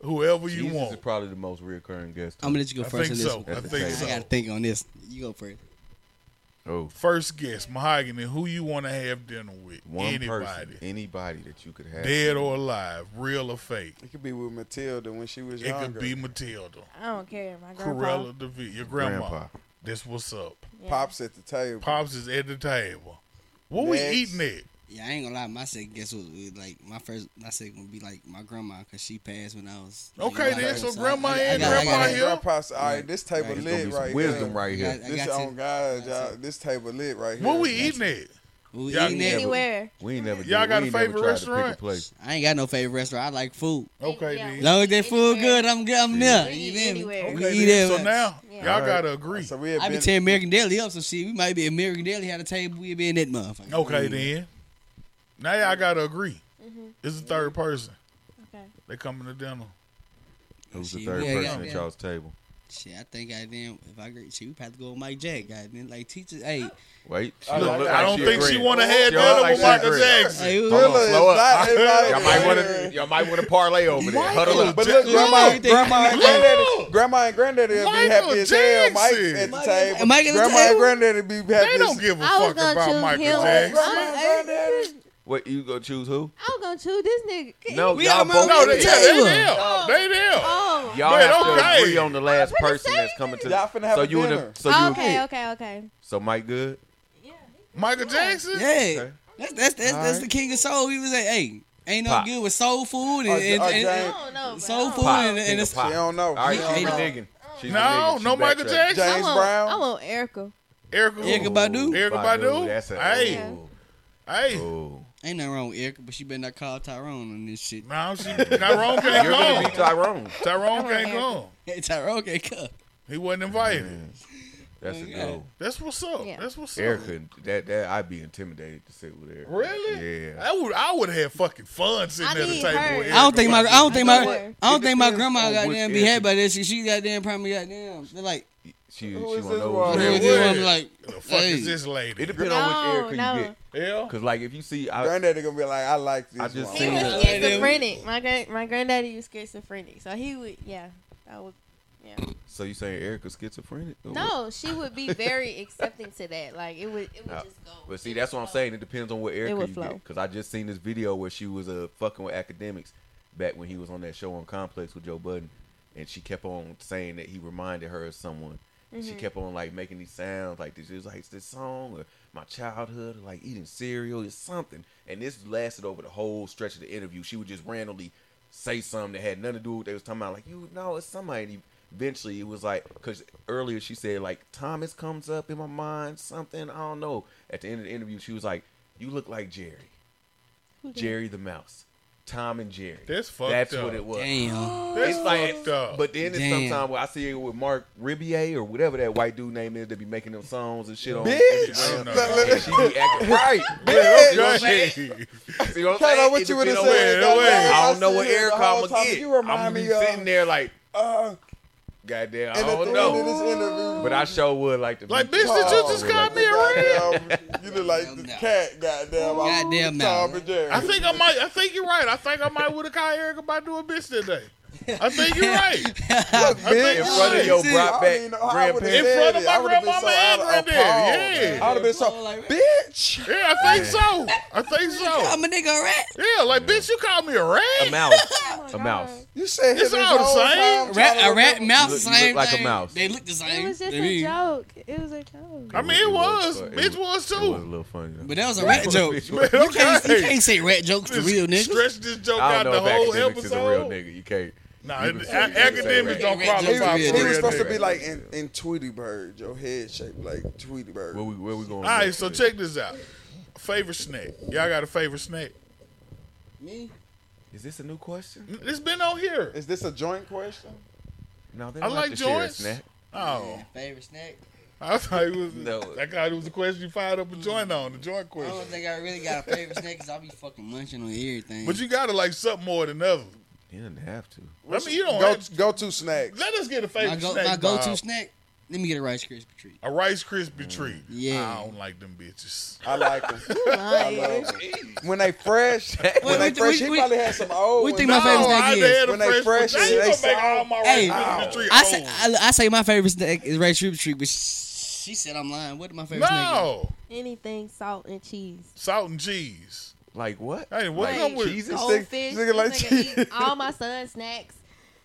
Whoever you Jesus want. is probably the most recurring guest. I'm gonna let you go I first think on this so. one. I That's think insane. so. I gotta think on this. You go first. oh, First guess, Mahogany, who you want to have dinner with? one Anybody. person, anybody that you could have, Dead or alive, real or fake. It could be with Matilda when she was It younger. could be Matilda, I don't care. My grandpa. Corella DeVille, your grandma. grandpa. This what's up. Yeah. Pops at the table. Pops is at the table. What Next. we eating at? Yeah, I ain't gonna lie. My second guess was was, like my first. My second would be like my grandma because she passed when I was. like, Okay, young. then, so grandma I- I and got- I grandma got- here. Grandpa's all right. This table It's gonna lit be some right wisdom here. right here. I This got on to- God, got y'all. This table lit right here. What we eating at? We Y'all- eating that. Yeah, Anywhere. We ain't never. Y'all we got a ain't never favorite tried to pick a restaurant? place. I ain't got no favorite restaurant. I like food. Okay, Yeah. then. As long as that food Anywhere. good, I'm good. I'm We there. You feel eat me? anywhere. We Okay, eat then. everywhere. So now Yeah. y'all Alright. gotta agree. So we had I be been. tearing American Deli up some shit. We might be at American Deli had a table. We be in that motherfucker. Okay, Mm. then. Now y'all gotta agree. Mm-hmm. It's the third person. Okay. They coming to dinner. Who's the Shit, third we ain't person got at that. y'all's table? Shit, I think I then if I agree, shit, we probably have to go with Mike Jack. Goddamn, like teachers, hey, Oh, Wait, she I don't like- look I like I don't think she agreeing. wanna have She don't look dinner like with she Michael agreeen. Jackson. hey, who- Hold on, Thriller is slow up. not invited. Y'all might want to. Y'all might want to parlay over there. Huddle up. But look, Jackson. grandma, Everything- grandma, and Look. granddaddy, grandma and granddaddy will be Michael happy as hell. Mike Jackson. at the Mike- table. Mike at the grandma and table? granddaddy be happy. They as- don't give a I was fuck gonna about choose Michael him. Jackson. Grandma and I- granddaddy. Wait, you gonna choose who? I was gonna choose this nigga. No, We y'all all both. moved No, Look at they, the yeah, they table. there. They there. Oh. Y'all Man, have to okay. agree on the last finna person say that's coming to. Y'all finna have so a you in dinner. the so you okay, okay, okay. so Mike good. Michael Jackson. yeah, Okay. that's that's that's, that's the king of soul. He was like, hey, ain't no Pop. good with soul food and, Oh, Or- and, or and- Jack. I don't know. and but soul I food don't- Pop, and, think and of it's pop. She don't know. All right, She she's don't she know. did. reneging. She's No, reneging. She no Michael backtracking. Jackson. I James want- Brown. I want Erica. Erica. Erica Ooh. Badu. Erica Badu? Oh, That's a. Hey. Hey. Ooh. Ooh. ain't nothing wrong with Erica, but she better not call Tyrone on this shit. No, she Tyrone You're gonna can't be come. Tyrone. Tyrone can't Erica. come. Hey, Tyrone can't come. He wasn't invited. That's a Yeah. go. That's what's up. Yeah. That's what's up. Erica, that that I'd be intimidated to sit with Erica. Really? Yeah. I would I would have fucking fun sitting I at the need table her. with I Erica. I don't think my I don't think my know what? I don't It think my depends grandma on which goddamn be issue. happy by this. shit. She goddamn probably goddamn. They're like, She, she Who is won't this know. one? who Yeah, they it Oh, what? is. just wanna be like, the fuck hey. is this It lady? depends on which Erica No, you no. get. Yeah. Cause like if you see, I, Granddaddy gonna be like, I like this I just one. He seen Yeah. was Yeah. schizophrenic. My grand, my granddaddy was schizophrenic, so he would, yeah, I would, yeah. so you saying Erica's schizophrenic? Or what? No, she would be very accepting to that. Like it would, it would No. just go. But see, that's what I'm saying. It depends on what Erica would you flow. get. Because I just seen this video where she was uh, fucking with academics back when he was on that show on Complex with Joe Budden, and she kept on saying that he reminded her of someone. And She kept on like making these sounds like this. It was like it's this song or my childhood, or, like eating cereal, it's something. And this lasted over the whole stretch of the interview. She would just randomly say something that had nothing to do with what they was talking about. Like you know, it's somebody. And eventually, it was like because earlier she said like Thomas comes up in my mind, something I don't know. At the end of the interview, she was like, "You look like Jerry, Oh Mm-hmm. Jerry the Mouse, Tom and Jerry." That's fucked That's up. what it was. damn. That's It's like, fucked up. but then it's Damn. sometimes where I see it with Mark Ribier or whatever that white dude name is that be making them songs and shit on Bitch! Instagram. No. And she be acting right. Bitch! You know what I'm saying? Hey. You know what I'm Kinda saying? what It you would've depend on said. where- No way. I don't know I what said it Erica the whole I'm gonna time. get. You remind I'm gonna be me of- sitting there like, Uh, goddamn, I and at the don't end of this know. interview, But I sure would like to. Like, meet bitch, did you Oh, just really call like me a that. red? Goddamn, You look like the No. cat, goddamn. Goddamn Tom mouth. and Jerry. I think I might. I think you're right. I think I might would have called Erica by doing bitch today. I think you're right. In front of your Shit. brought I don't even back know how I would grandparents. In have front of my I would have been grandmama so and out of granddaddy, appalled. yeah. I would have been so, Like, bitch. Yeah, I think so. I think so. I'm a nigga a rat. Yeah, like bitch, you called me a rat. A mouse. Oh my A mouse. You said It's his all the whole same. time A trying rat, to a rat, remember- You mouse, look- the you same look like a thing. mouse. They look the God. same. It was just They a mean. joke. It was a joke. I mean, it was. but Bitch was too. It was a little funny. though. But that was a rat joke. You Man, can't, you okay. can't say rat jokes to real niggas. Stretch this joke I out don't know the if whole academics is a real episode. nigga. You can't. Nah, You can it- say- a- you can say academics rat. don't Rat qualify jokes are for He real real was, he was supposed to niggas. be like in, in Tweety Bird, your head shaped like Tweety Bird. Where we where we going? All right, next so with check this out. Favorite snack. Y'all got a favorite snack? Me? it? Is this a new question? It's been on here. Is this a joint question? No, they I don't like have to share a joints. snack. Oh, Favorite snack? I thought it was. No. I thought it was a question you fired up a joint on the joint I question. don't think I really got a favorite snack because I be fucking munching on everything. But you gotta like something more than other. You didn't have to. I mean, you don't. Go have to- go to snacks. let us get a my, favorite go, snack. my go-to Bob. snack? Let me get a Rice Krispie treat. A Rice Krispie treat. Yeah. I don't like them bitches. I like them. I Lying. love 'em. When they fresh, when they we- fresh, we- he we- probably had some old. we ones. think No, My favorite snack I is- had a when they fresh. fresh one. Now and you they gonna make soft. all my Rice Hey, Krispie treat I say old. I, I say my favorite snack is Rice Krispie treat, but sh- she said I'm lying. What my favorite snack? Is? no Anything salt and cheese. salt and cheese. Like what? Hey, what's Like up with cheese? Goldfish. nigga like This nigga cheese. eat all my son's snacks.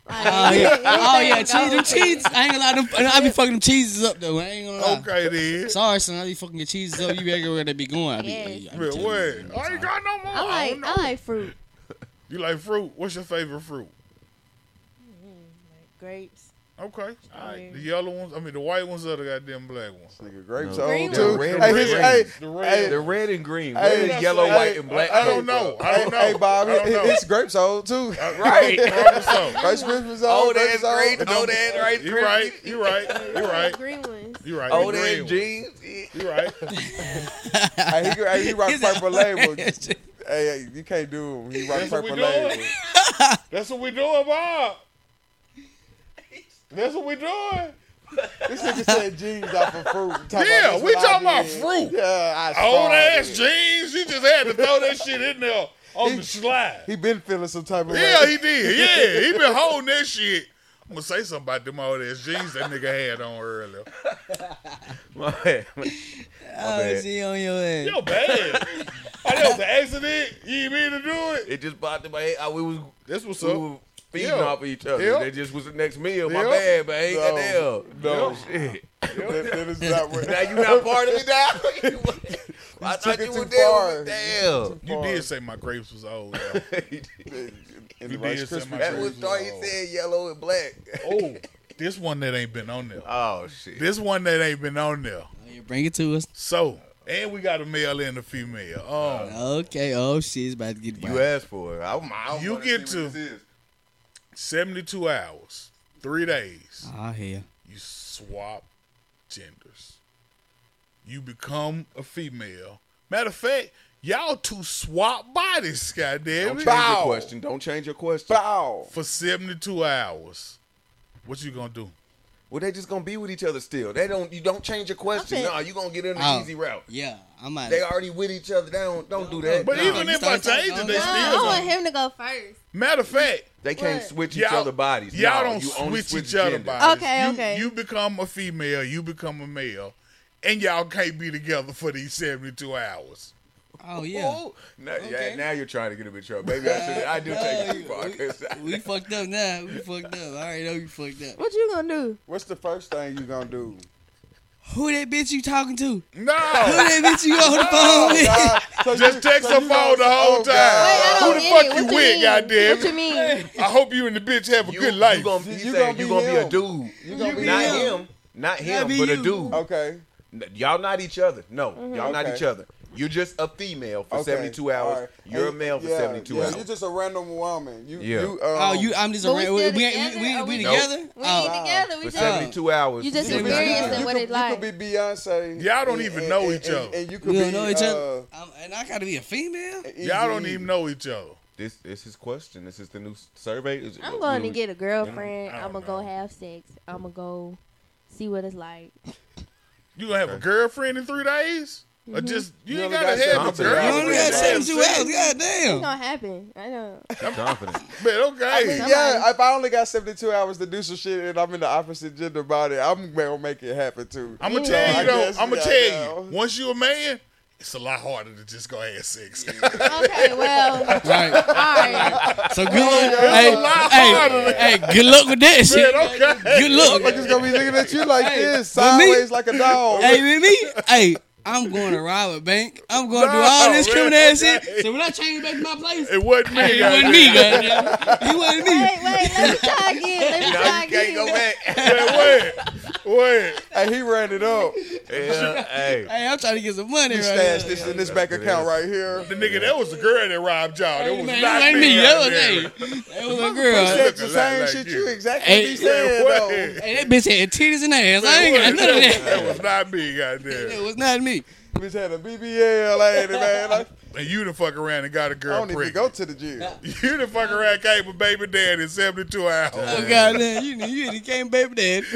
Like, Oh yeah, it- it oh yeah, ain't cheese, going them cheese. I ain't gonna lie, them, I be fucking them cheeses up though. I ain't gonna lie. Okay then. Sorry, son, I be fucking your cheeses up. You better where they be going. I be, Yes. I be, I be Man, telling what? you. I ain't got no more. I I like don't I know. like fruit. You like fruit? What's your favorite fruit? Like grapes. Okay. All right. Yeah. The yellow ones. I mean, the white ones or the goddamn black ones. Nigga, grapes No. old Green too. ones. Red hey, and his, green. hey, The red. The red and green. Red Hey, and yellow, hey, white, and black. I coke, don't know. though. I don't know. hey, Bob, I don't his, know. his grapes old too. Right. Probably so. Rice Krispies old. Old grapes ass green. old. Old ass right. You right. You right. You right. Green ones. You right. Old You ass green one. Oh, jeans. Yeah. You right. Hey, he, hey, he rock He's a- purple label. hey, hey, you can't do him. He rock That's what we purple doing. label. That's what we doing, Bob. That's what we doing. This nigga said jeans off of fruit. Talking Yeah, that's we what I talking about did. fruit. Yeah, I Old ass started. jeans. You just had to throw that shit in there on He- the slide. He been feeling some type of yeah, way. he did. Yeah, he been holding that shit. I'm gonna say something about them old ass jeans that nigga had on earlier. My bad. My Oh, bad. she on your ass. Yo, bad. I know it's Oh, an accident. You didn't mean to do it. It just popped in my head. I, we was That's what's we up. were feeding Yeah. off each other. Yeah. That just was the next meal. My Yeah. bad, man. No. Goddamn. No. Shit. That- that is not what- Now you not part of it now. I took thought you it too were there. far. with me. You did say my grapes was old. though. Damn. And You the Rice did send my Krispies that grapes was trees. why he old. said yellow and black. Oh, this one that ain't been on there. Oh shit. This one that ain't been on there. Oh, yeah, Bring it to us. So, and we got a male and a female. Um, Okay. Oh, she's about to get you asked for it. I, I don't You wanna get see to- what this is. 72 hours, three days. Oh, hell. You swap genders. You become a female. Matter of fact, y'all two swap bodies, Don't goddamn change it. your Bow. question. Don't change your question. Bow. For 72 hours. What you gonna do? Well, they just gonna be with each other still. They don't. You don't change your question. Okay. No, you gonna get in the Oh. easy route. Yeah, I might. They already with each other. They don't. Don't do that. But No. even you if I start talking- change it, they No, no, still I gonna- want him to go first. Matter of fact, They can't What? switch each Y'all- other bodies. Y'all No, don't you only switch, each other gender. bodies. Okay, you, okay. You become a female, you become a male, and y'all can't be together for these seventy two hours. Oh yeah. Ooh. Now, yeah, Okay. now you're trying to get him in trouble. Maybe I should. I do take it too far. 'cause I- We fucked up now. We fucked up. I already know you fucked up. What you gonna do? What's the first thing you gonna do? Who that bitch you talking to? Who No, that bitch you on the phone with? Oh, God, so Oh, Just you- text her you phone gonna- the whole oh, time. God. I Who don't the get fuck it. you What you with, mean? goddamn? What you mean? I hope you and the bitch have a you, good life. You gonna, you You say gonna you be gonna be a him. dude? You gonna be not him. him. Not him, be but a you. dude. Okay. N- Y'all not each other. No, y'all not Okay. each other. You're just a female for okay. 72 hours. All right. You're a Hey, male for yeah, 72 yeah, hours. You're just a random woman. You, Yeah. you, um, Oh, you. I'm just a. But We, we we, still we, together? we, Are we we- together. We Oh. ain't together. We for just 72 hours. You just you could be- Experience you and could- what it like. You could be Beyonce. Y'all don't and- even and- know and- each and- other. And you could We don't be, know each other. uh, Um, and I gotta be a female. y'all don't Eazy-E. even know each other. this, this is question. This is the new s- survey. Is- I'm going to we- get a girlfriend. I I'm gonna don't go know. have sex. I'm gonna go see what it's like. You gonna have a girlfriend in three days? Or Mm-hmm. just you, You ain't only gotta have got a seventy-two hours. You girlfriend. only got to have seventy-two sex. hours. God It's damn. gonna happen. I know. I'm confident. Man, I okay. mean, Somebody- yeah, if I only got 72 hours to do some shit and I'm in the opposite gender body, I'm gonna make it happen too. I'm gonna Yeah. tell I you though. guess I'm we gonna got tell you. now. Once you a man, it's a lot harder to just go have sex. Okay, well, Right. all right. So good luck. Hey, a lot harder. hey, hey, good luck with that Man, shit. okay. Good luck. Motherfuckers gonna be looking at you like Hey, this, but me- sideways like a dog. hey, with me, hey, I'm going to rob a bank. I'm going to do all this No, criminal man. ass shit. So when I change back to my place, It wasn't me. hey, it goddamn. wasn't me. goddamn. It wasn't me. Wait, wait. Let me try again. Let me Now try you can't go again. back. Wait, wait, wait. Hey, he ran it up. Yeah, hey. Hey, I'm trying to get some money He right stashed now. this in this bank account right here. The nigga, that was the girl that robbed y'all. That Hey, was man, not it ain't me. me. That was, hey, goddamn. that was a He girl. said Look a the lot same like shit you. you exactly Hey, be Man, saying what? though. Hey, that bitch had titties in her ass. I ain't got none of that. That was not me, goddamn. It was not me. Bitch had a BBL, lady, man. Like, And you done fuck around and got a I girl don't even pregnant. go to the gym. You done fuck around came with baby dad in 72 hours. Oh god, damn, you knew you came baby dad.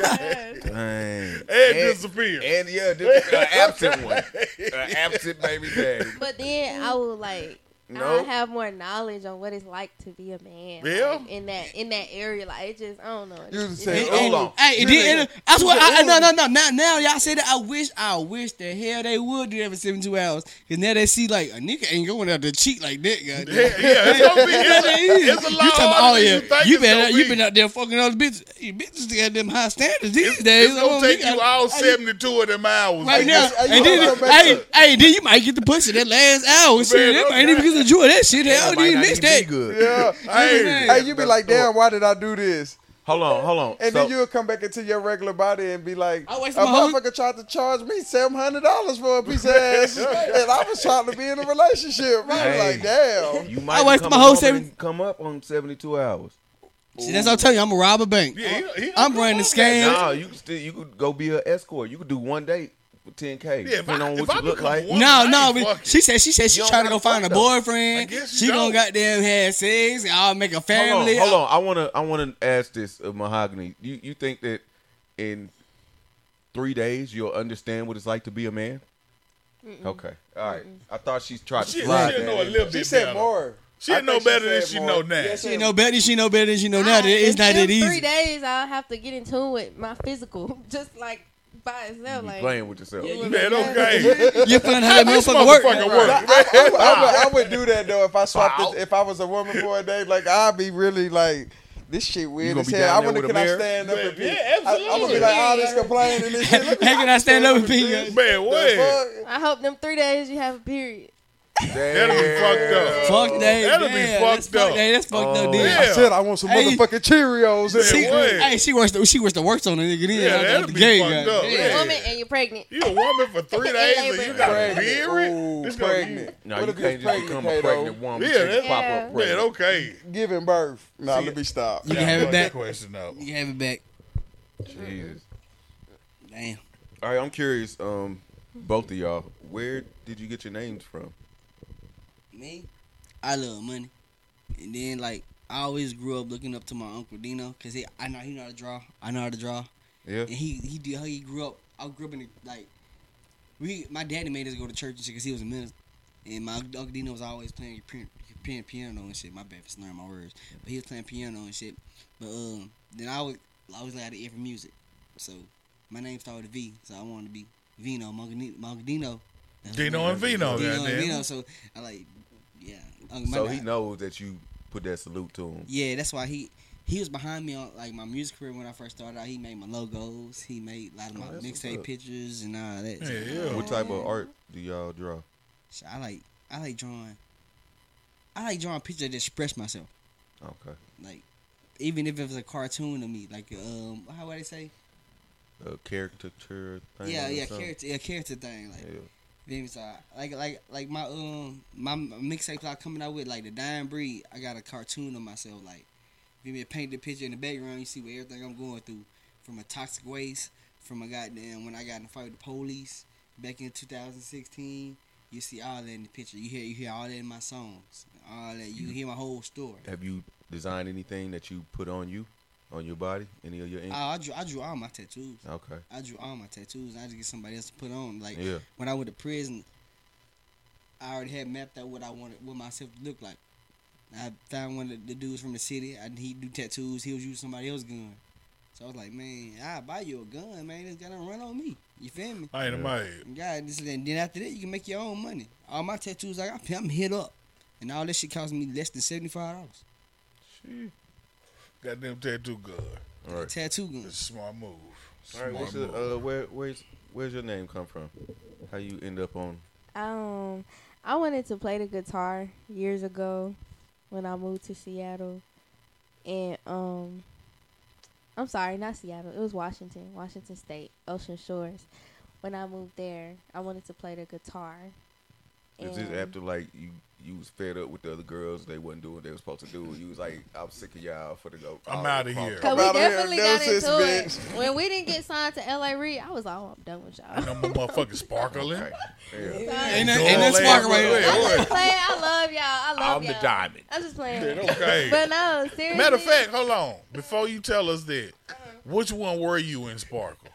Dang. And disappeared. And yeah, this is an absent one. An absent baby daddy. But then I would like No. I have more knowledge on what it's like to be a man. like, Yeah. in that in that area, like it just I don't know. You It- just it- say, Hey, "Oh, hey, hold on. Hey, it Really? did. it- That's what. Really? I, I- no, no, no. Now, now, y'all say that. I wish, I wish the hell they would do that for seventy-two hours. Cause now they see like a nigga ain't going out to cheat like that. Goddamn. Yeah, yeah, it's gonna be. It's, it's a lot you talking about, oh harder yeah, than you think you it's gonna been you be. been out there fucking all the bitches. You bitches got them high standards these days. it's Oh, gonna take got- you all Hey, seventy-two of them hours. Right nigga. now, Hey, you and gonna then, go back hey, up. hey, then you might get the pussy that last hour. Shit, Man, that might even get to enjoy that shit. Hell, Might didn't not miss even be that. good. Yeah. Hey, Hey, you be like, That's damn, why did I do this? Hold on, hold on. And So- then you'll come back into your regular body and be like, a I wasted my whole- motherfucker tried to charge me seven hundred dollars for a piece of ass, and I was trying to be in a relationship. Right? Hey. Like, damn. You might I wasted become my a whole woman seven- and come up on seventy two hours. See, that's what I'm telling you. I'm a rob a bank. Yeah, he- he- I'm running the scam. No, you could still you could go be an escort. You could do one date for ten k. Yeah, if depending I- on if what I you look become like. one- No, I no, ain't but fucking- she said she said she You don't trying to go gotta fuck find a though. boyfriend. I guess you she gonna don't. goddamn have sex. I'll make a Hold family. on, hold on. I wanna I wanna ask this of mahogany. You you think that in three days you'll understand what it's like to be a man? Okay. All right. I thought she tried She, to she slide know that. a in. little She bit said better. more. She I know think better than said she more. know now. Yeah, She She said know better. She know better. She know I- not. It- It's in not that them easy. Three days, I'll have to get in tune with my physical, just like by itself. You Like playing with yourself. Yeah, Man, okay. You feeling how that This motherfucker motherfucker work? work. I, I- I would, I would- I would do that though if I swapped. Wow. It, if I was a woman for a day, like I'd be really like. This shit weird gonna as be hell. down I there wonder with a can I mirror? stand up and be? Yeah, I, am gonna absolutely. be like, all this complaining and this shit. Look at How can I stand up and be good? Man, what? the fuck. I hope them three days you have a period. That'll be fucked up. Fuck that. That'll be yeah, fucked that's fucked up. That's fucked Oh. up. Then. Yeah. I said I want some Hey. motherfucking Cheerios. and- She, way. hey, she works. The, she works the worst on the nigga. Then Yeah, out the- that'd the be gate, fucked Oh, God. up. Yeah. You're Yeah. a woman and you're pregnant. You a woman for three In days labor. and you got a Pregnant. period? Ooh, This gonna be- pregnant. No, What you if can't it's just become a Kato? pregnant woman. Yeah, You can't that's- pop Yeah. up Man, pregnant. okay. Giving birth. Nah, let me stop. You can have Fuck it that back. question up. You have it back. Jesus. Damn. All right, I'm curious. Um, both of y'all, where did you get your names from? Me, I love money, and then like I always grew up looking up to my uncle Dino because he I know he know how to draw. I know how to draw. Yeah. And he he did he grew up. I grew up in the, like we. My daddy made us go to church and shit because he was a minister. And my Uncle Dino was always playing playing- playing piano and shit. My bad for slurring my words, but he was playing piano and shit. But um, then I was I always like to ear for music, so my name started with a V, so I wanted to be Vino Mongadino. Mongadino. That's Dino what- and Vino, Dino and goddamn. Vino. So I like, yeah. Uncle- my So dad- he knows that you put that salute to him. yeah, that's why he he was behind me on like my music career when I first started out. He made my logos. He made a lot of my Oh, that's what's mixtape up. pictures and all that. Yeah, So, yeah. What type of art do y'all draw? so I like I like drawing. I like drawing pictures that express myself. Okay, Like even if it was a cartoon of me, like um how would I say? a caricature thing. yeah, or yeah, something? character, yeah, character thing. Like Yeah. Then so like like like my um my mixtape I'm coming out with like the dying breed. I got a cartoon of myself like if you mean paint the picture in the background, you see what everything I'm going through from a toxic waste, from a goddamn when I got in a fight with the police back in 2016. You see all that in the picture. You hear you hear all that in my songs. All that you hear my whole story. Have you designed anything that you put on you, on your body, any of your ink? I, I drew I drew all my tattoos. okay. I drew all my tattoos. I had to get somebody else to put on. Like Yeah. when I went to prison, I already had mapped out what I wanted, what myself to look like. I found one of the dudes from the city. I, he do tattoos. He was using somebody else's gun. So I was like, man, I buy you a gun, man. It's gonna run on me. You feel me? I ain't in my head. God, this and then after that, you can make your own money. All my tattoos I got, I'm hit up, and all this shit cost me less than seventy five dollars. Goddamn tattoo good. All right. Tattoo gun. It's a smart move. All right. Smart What's move. your, uh, where, where's where's your name come from? How you end up on? Um, I wanted to play the guitar years ago when I moved to Seattle, and um, I'm sorry, not Seattle. It was Washington, Washington State, Ocean Shores. When I moved there, I wanted to play the guitar. Is this Um, and- after like you you was fed up with the other girls? They wasn't doing what they was supposed to do. You was like, I'm sick of y'all for the go. I'm all outta across here. the- Cause Come we out of here, definitely dose got this into it when we didn't get signed to LA Reed. I was like, oh, I'm done with y'all. And I'm a motherfucking sparkling. Right. Yeah. Ain't that, Go ain't on, that lay spark off right the there. leg. I'm just playing. I love y'all. I love I'm y'all. the diamond. I'm just Shit, playing. Okay. But no, seriously. Matter of fact, hold on. Before you tell us that, which one were you in Sparkle?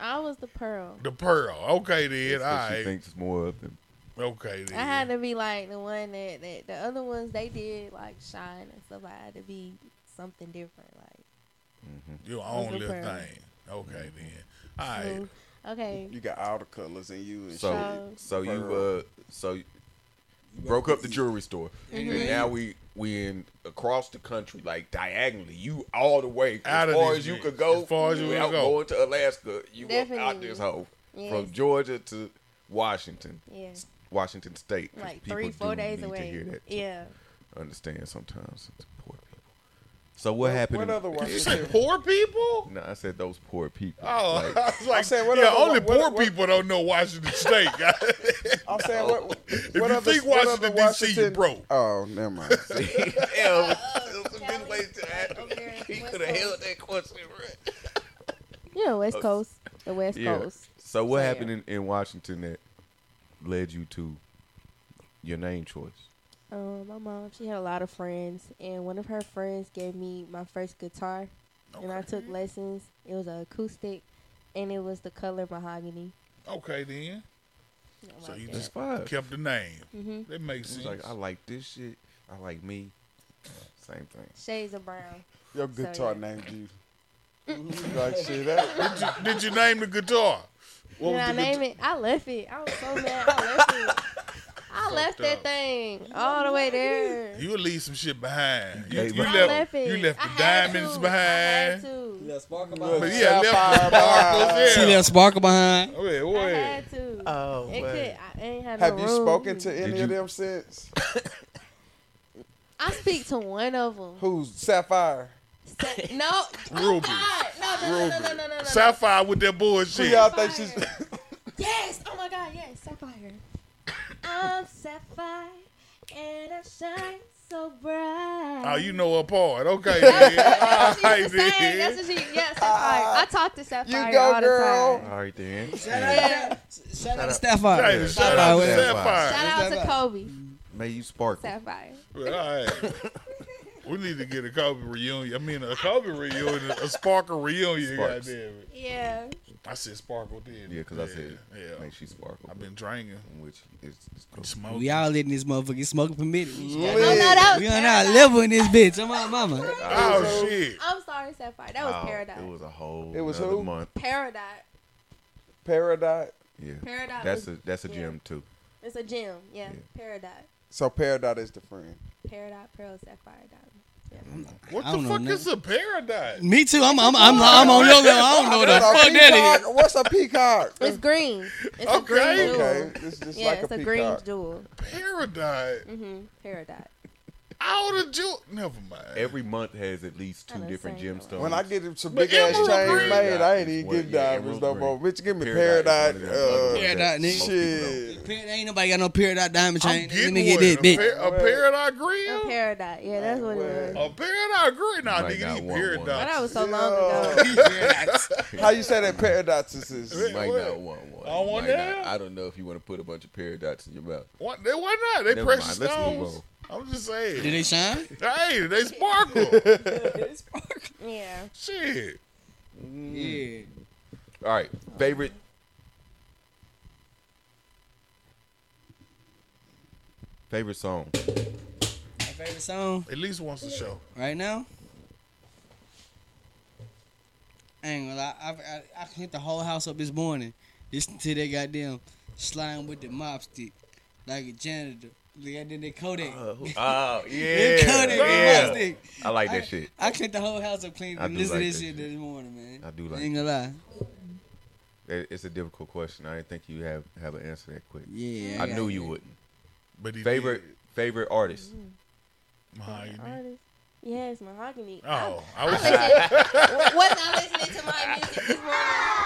I was the pearl. The Pearl. Okay, then. That's All what she right. thinks more of him. Okay. Then. I had to be like the one that, that the other ones they did like shine and stuff. I had to be something different. Like your own Uncle little Pearl. thing. Okay then. All right. who- okay, You got all the colors in you and So, so So- you uh, so you broke up the jewelry store, Mm-hmm. and now we we in across the country, like diagonally. You all the way Out as of far this as you bitch. could go. As far as you without could go. going to Alaska, you were out Definitely. this hole from Yes. Georgia to Washington, yeah, Washington State. 'cause like people three four do days need To hear away. that to Yeah, understand sometimes it's poor people. So what happened? What in- other You words? say poor people? No, I said those poor people. Oh, Like, I was like, saying, what yeah, other- only what- poor what- people don't know Washington State. I'm saying what? what If you other- think what Washington, other D.C., you broke. Oh, never mind. Damn, it's a good way to ask. Okay, He West could have Coast. held that question right. you know West Coast, the West Oh, Yeah. Coast. So what Yeah. happened in, in Washington that led you to your name choice? Um, my mom, she had a lot of friends, and one of her friends gave me my first guitar, and I took lessons. It was an acoustic, and it was the color mahogany. Okay, then. I So like you it. just fine. kept the name. Mm-hmm. That makes She's sense. Uh, like, I like this shit. I like me. Same thing. shades of brown. Your guitar yeah. named you. You like see that? did, you, did you name the guitar? What Did I was the name guita- it? I left it. I was so mad. I left it. I left that up. thing all the way there. You would leave some shit behind. You, gave you up. I left, left it. you left I the had diamonds to. I behind. had You to. little sparkle behind Look, But it. yeah, left sapphire the sparkles. See Yeah. that sparkle behind? Oh, yeah, I oh, yeah. had to. Oh, it could. I ain't had Have no you room. spoken to any you- of them since? I speak to one of them. Who's Sapphire? no. Oh Ruby. God. No. No. No. No. No. No. no, no. Sapphire with that Who bullshit. y'all think she's? Yes. Oh my God. Yes. Sapphire. I'm sapphire, and I shine so bright. Oh, you know her part. Okay, then. That's All what she right, used to say. then. That's what she. Yeah. Sapphire. I talk to Sapphire Ah. go, all girl. the time. All right then. Shout Yeah. out, shout out to Sapphire. Hey, shout Sapphire, out to wait. Sapphire. Shout out to Kobe. May you sparkle. Sapphire. All right. We need to get a Kobe reunion. I mean, a Kobe reunion, a Sparkle reunion. Sparks. Goddamn it! Yeah. I said Sparkle did. Yeah, because I said, yeah. make she sparkle. I've been drinking, which is, is close. smoking. We all in this motherfucker smoking permitted. We Oh, no, that was on our paradise. level in this bitch. I'm on mama. Oh shit! I'm sorry, Sapphire. That was Oh, paradise. It was a whole. It was nother who? month. paradise. Paradise. Yeah. Paradise. That's was, a that's a yeah. gym too. it's a gym. Yeah. Yeah. Paradise. So Paradise is the friend. Paradise. Pearl. Sapphire. Diamond. What I the don't know fuck nothing. is a paradise? Me too. I'm I'm I'm, I'm on your level. I don't know what the What's a fuck that is. peacock? What's a peacock? It's green. It's a green Okay. jewel. Okay, it's just Yeah, like it's a a, peacock. green jewel. Paradise. Mm-hmm. Paradise. Out of Jew. Never mind. Every month has at least two Kinda different same. gemstones. When I get some But big ass emerald chains green. made, I ain't Is even what- getting yeah, diamonds emerald no green. more. Bitch, give me Paradise is Paradise. one of them uh, Paradise, nigga. shit. Parent- Ain't nobody got no period diamond I'm chain. Let getting me get one. this a, bitch. par- a paradise A grill. paradise. Yeah, that's what it A was. paradise grill. Nah, You might nigga, not these want one. But that paradise. was so Yeah. long ago. How you say that Paradise is? is- might What? not want one. I don't You want might that. Not, I don't know if you want to put a bunch of paradox in your mouth. What? They, why not? They Never precious mind. Let's move stones. I'm just saying. Did they shine? Hey, they sparkle. Yeah. Shit. Mm. Yeah. All right, favorite. Favorite song. My favorite song At least once a show. right now. I ain't gonna lie. I, I, I hit the whole house up this morning. Listen to that goddamn slime with the mop stick, like a janitor. Look at that Kodak. Uh, who- oh They Kodak with mop yeah, yeah. stick. I like that I- shit. I cleaned the whole house up clean. I and do Listen like to this that shit shit. this morning, man. I do like Ain't gonna lie. It- It's a difficult question. I didn't think you have have an answer that quick. Yeah. I knew you wouldn't. But he Favorite favorite artist. did. Mahogany. Artist. Yes, mahogany. I- Oh, I was. Wasn't I listening to my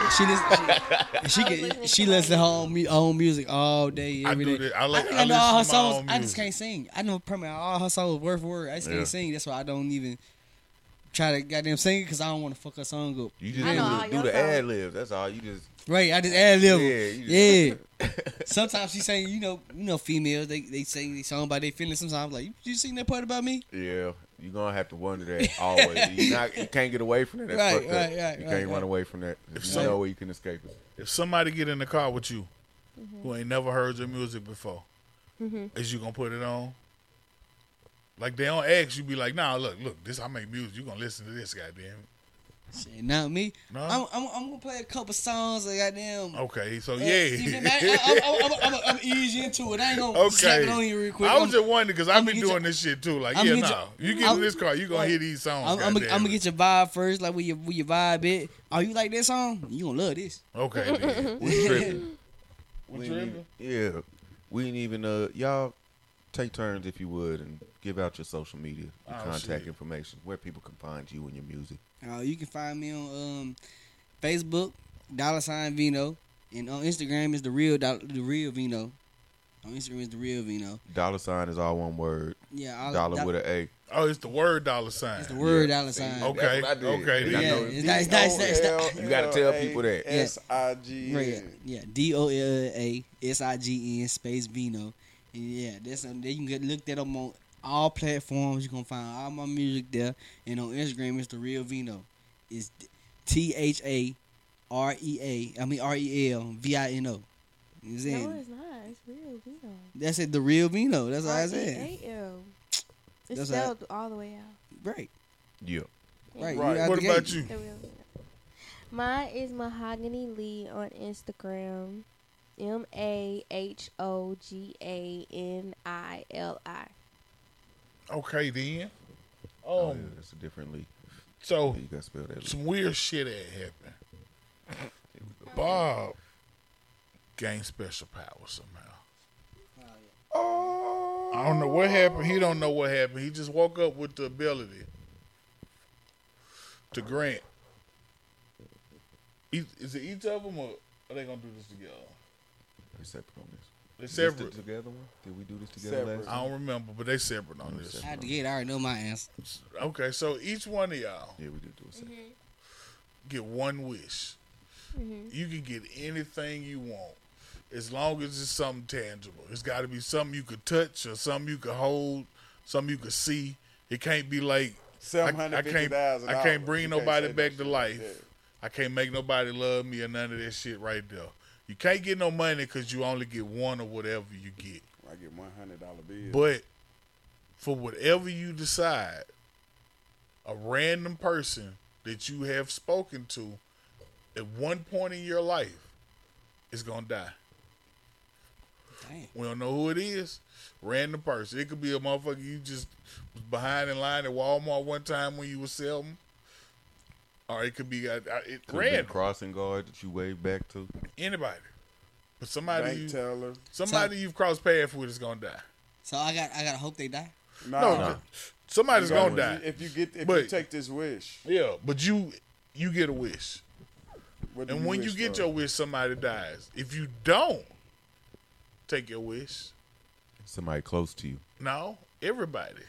music this morning? She listen, she, she, can, listening she to listen to my her own, mu- own music all day, I every day. do that. I like. I think I, know all her listen to my songs. own I just music. can't sing. I know probably all her songs word for word. I just Yeah. can't sing. That's why I don't even try to goddamn sing it because I don't want to fuck her song up. You just I know all do the, do your the songs. ad libs. That's all. You just Right? I just ad lib. Yeah, Yeah. you Sometimes she saying, you know, you know, females they they sing these song by their feelings. Sometimes I'm like, you, you seen that part about me? yeah. You're gonna have to wonder that always. you not you can't get away from that. That's Right, fucked up. right, right, You right, can't right. run away from that. There's some- no way you can escape it. If somebody get in the car with you who ain't never heard your music before, is you gonna put it on? Like they don't ask you, be like, nah, look, look, this I make music. You gonna listen to this, goddamn. it." Shit, not me. No? I'm, I'm, I'm gonna play a couple songs of goddamn. Okay, so You yeah. feel Uh, me? I, am I'm, I'm, I'm easy into it. I ain't gonna slap Okay. it on you real quick. I was I'm, just wondering because I've I'ma been get doing your- this shit too. Like, I'ma yeah, get nah. you get in I'ma- this car, you gonna hear these songs. I'm, I'm, goddamn gonna it. get your vibe first, like where you where your vibe at. Oh, you like that song? You gonna love this. Okay, then. We tripping. We We ain't tripping? even- yeah. We ain't even uh y'all take turns if you would and give out your social media, your Oh, contact shit. information, where people can find you and your music. Uh, you can find me on um, Facebook, dollar sign Vino, and on Instagram is the real Doll- the real Vino. On Instagram is the real Vino. Dollar sign is all one word. Yeah, all, Dollar do- with an A. Oh, it's the word dollar sign. it's the word Yeah. dollar See, sign. that's Okay, what I did. okay, And then. I Yeah, know it's not- it's not- it's not- You gotta tell people that. Yeah. S I G. Right. Yeah. D O L L A S I G N space Vino. And yeah, that's um, you can get look that up on all platforms. You can find all my music there. And on Instagram it's the real Vino. It's T H A R E A I mean R E L V I N O. You know what I'm No, saying? it's not. It's real Vino. That's it, the real Vino. That's what I E said. R-E-A-L. It's That's spelled all the way out. Right. Yeah. Right. Right. you out What the about gate. you? The real Vino. Mine is Mahogany Lee on Instagram. M A H O G A N I L I. Okay, then. Oh, Oh, yeah, that's a different league. so You gotta spell that. league. some weird shit had happened. Bob gained special powers somehow. I don't know what happened. He don't know what happened. He just woke up with the ability to grant. E- Is it each of them, or are they gonna do this together? They separate on this. They Is this the separate. together one? Did we do this together Separate. last I time? don't remember, but they separate on this. Out the gate, I already know my answer. Okay, so each one of y'all Yeah, we did do it separate. get one wish. Mm-hmm. You can get anything you want as long as it's something tangible. It's got to be something you could touch or something you could hold, something you could see. It can't be like I, Seven I hundred fifty can't thousand. I can't bring nobody back to life. I can't make nobody love me or none of that shit right there. You can't get no money because you only get one or whatever you get. I get one hundred dollar bill. But for whatever you decide, a random person that you have spoken to at one point in your life is gonna die. Damn. We don't know who it is. Random person. It could be a motherfucker you just was behind in line at Walmart one time when you was selling. Or it could be uh, uh, it, Could've been random crossing guard that you waved back to. anybody, but somebody bank you, teller. somebody you've crossed paths with is gonna die. So I got I gotta hope they die. No, Nah. somebody's If gonna Uh, you- die. If you get, if you But- take this wish, Yeah, but you you get a wish. what do And when you wish get for? your wish, somebody dies. If you don't take your wish, Somebody close to you. no, everybody.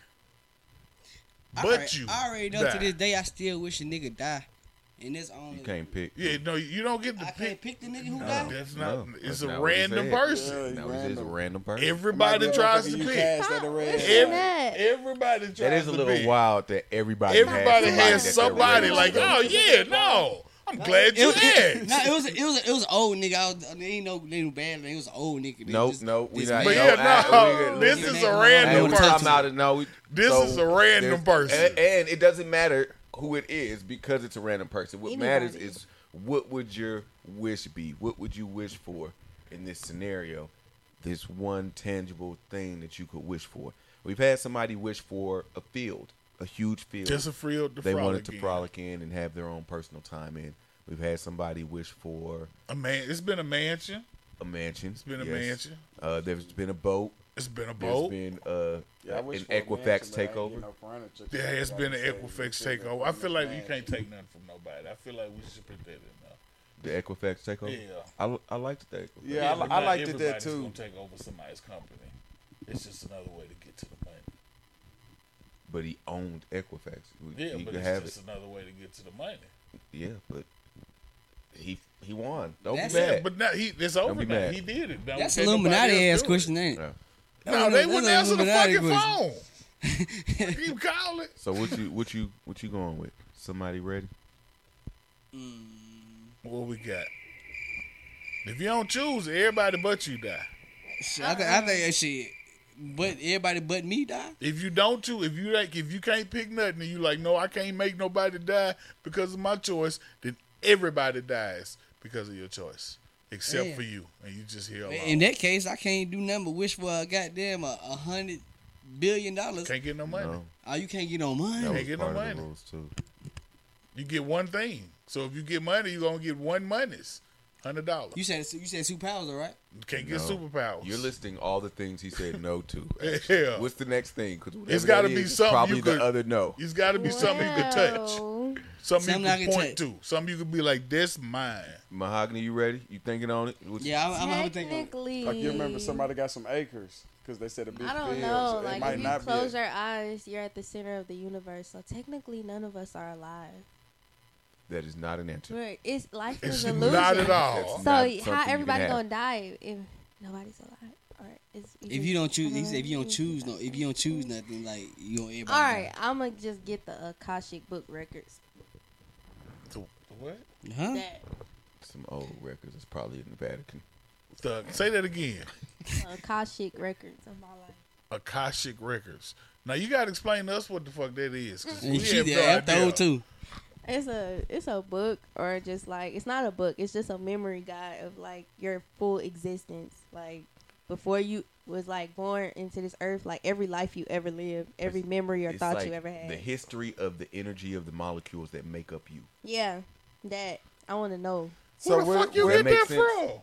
I But already- you I already know die. to this day I still wish a nigga die. And that's only You can't pick. Yeah, no, you don't get to I pick. can't pick the nigga who No, died. that's not. No, it's that's a not what it random said. person. Yeah, That was just a random. random person. Everybody Might be a tries motherfucker to you pick. Passed at the red It's Every- light. not. Everybody tries That is a to little pick. wild that everybody. Everybody has has somebody like, oh yeah, no, I'm glad you No, asked. it was it was it was an old nigga. I was, they ain't no they ain't no bad. They was an old nigga. They Nope, just- nope, we this not- But man- No, yeah, I- no, we- this listen, is man, a we- Hey, random we're talking about person. it. No, we, This so is a random there's- person. and, and it doesn't matter who it is because it's a random person. What matters Anybody. is what would your wish be? What would you wish for in this scenario? This one tangible thing that you could wish for. We've had somebody wish for a field, a huge field. Just a free to they wanted frolic to in. frolic in and have their own personal time in. We've had somebody wish for A man, it's been a mansion. a mansion. It's been a mansion. Uh, there's been a boat. It's been a There's boat. been uh, Yeah, I wish an for a Equifax mansion, but I ain't takeover. getting no furniture. There has Like been an I said, Equifax it's been a takeover. I feel like you mansion. can't take nothing from nobody. I feel like we should put that in there. The Equifax takeover. Yeah. I, I liked that. Yeah, I, but li- I not liked it there everybody's too. Gonna take over somebody's company. It's just another way to get to the money. But he owned Equifax. He- Yeah, he but could it's have just it. another way to get to the money. Yeah, but he he won. Don't That's be it, mad. Yeah, but now he it's over be now. mad. He did it. Now That's can't Illuminati nobody else ass do it. question, ain't it? Yeah. No, they wouldn't That's answer the Illuminati fucking question. phone. You call it. So what you what you what you going with? Somebody ready? What we got? If you don't choose, everybody but you die. Shit, I, th- I think that shit. But everybody but me die. If you don't choose, if you like, if you can't pick nothing, and you like, no, I can't make nobody die because of my choice, then everybody dies because of your choice, except Yeah. for you, and you just here alone. In that case, I can't do nothing but wish for a goddamn uh, a, a hundred billion dollars. can't get no money. No, Oh, you can't get no money. that Can't was get no part of money. the rules too. You get one thing. So if you get money, you're gonna get one monies, hundred dollars. You said you said superpowers, all right? Can't get No. superpowers. You're listing all the things he said no to. actually. Yeah. What's the next thing? Cause whatever It's gotta that be is, it's something Probably you the could- other no. It's got to be something you can touch, something, you Wow. Something I can can point touch. to, something you can be like, "This mine." Mahogany, you ready? You thinking on it? What's- Yeah, I'm, I'm, I'm thinking. Technically, Like you remember somebody got some acres because they said a big I don't fields. know. It Like might if you not close be. a- your eyes, you're at the center of the universe. So technically, none of us are alive. That is not an answer. We're, it's life It's is a illusion. not at all. That's- So Not something you how can everybody have. gonna die if nobody's alive? All right. It's, If you don't choose, he Uh-huh. said if you don't choose, no, if you don't choose nothing, like you don't. Everybody All right, I'm gonna just get the Akashic book records. The, what? die. huh? That Some old records. It's probably in the Vatican. The, say that again. Akashic records of my life. Akashic Records. Now you gotta explain to us what the fuck that is. 'cause we And she have did no after idea. old too. It's a it's a book or just like it's not a book. It's just a memory guide of like your full existence, like before you was like born into this earth, like every life you ever lived, every It's- memory or It's thought like you ever had. The history of the energy of the molecules that make up you. yeah, that I want to know. Where the where- fuck you where- get that makes sense. from?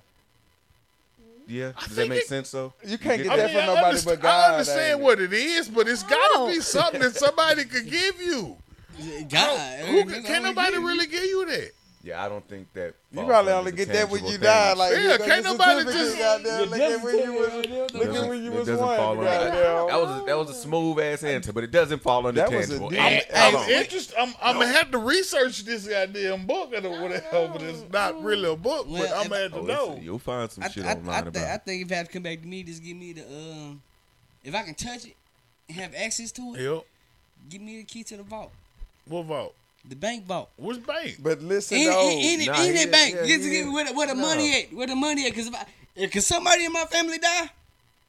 Yeah, does think that make it- sense? though? You can't I get mean, that from I nobody underst- but God. I understand ain't it? what it is, but it's No. gotta be something that somebody could give you. God, Who that's can, all can we nobody get. really give you that? Yeah, I don't think that. You falls probably under only the get that when tangible you die. things. Like Yeah, here go can't your nobody certificate, just- goddamn. Look at when you Just was. tell me, Look at Doesn't- when you that was doesn't one. fall under- goddamn. That was a, that was a smooth ass answer, but it doesn't fall under That was a tangible. deep- Hey, I I'm hold on. interested. I'm, I'm gonna have to research this goddamn book or whatever. But it's not really a book, but Well, I'm gonna have Oh, to it's- know. You'll find some I, shit I, I, online thi- about. I it. think if it have to come back to me, just give me the um, if I can touch it and have access to it, Yep. give me the key to the vault, What vault? the bank vault. Which bank? But listen Any, though, any, any, nah, any yeah, bank, yeah, Just yeah. give me where the, where the No. money at, where the money at, because if I, if cause somebody in my family die,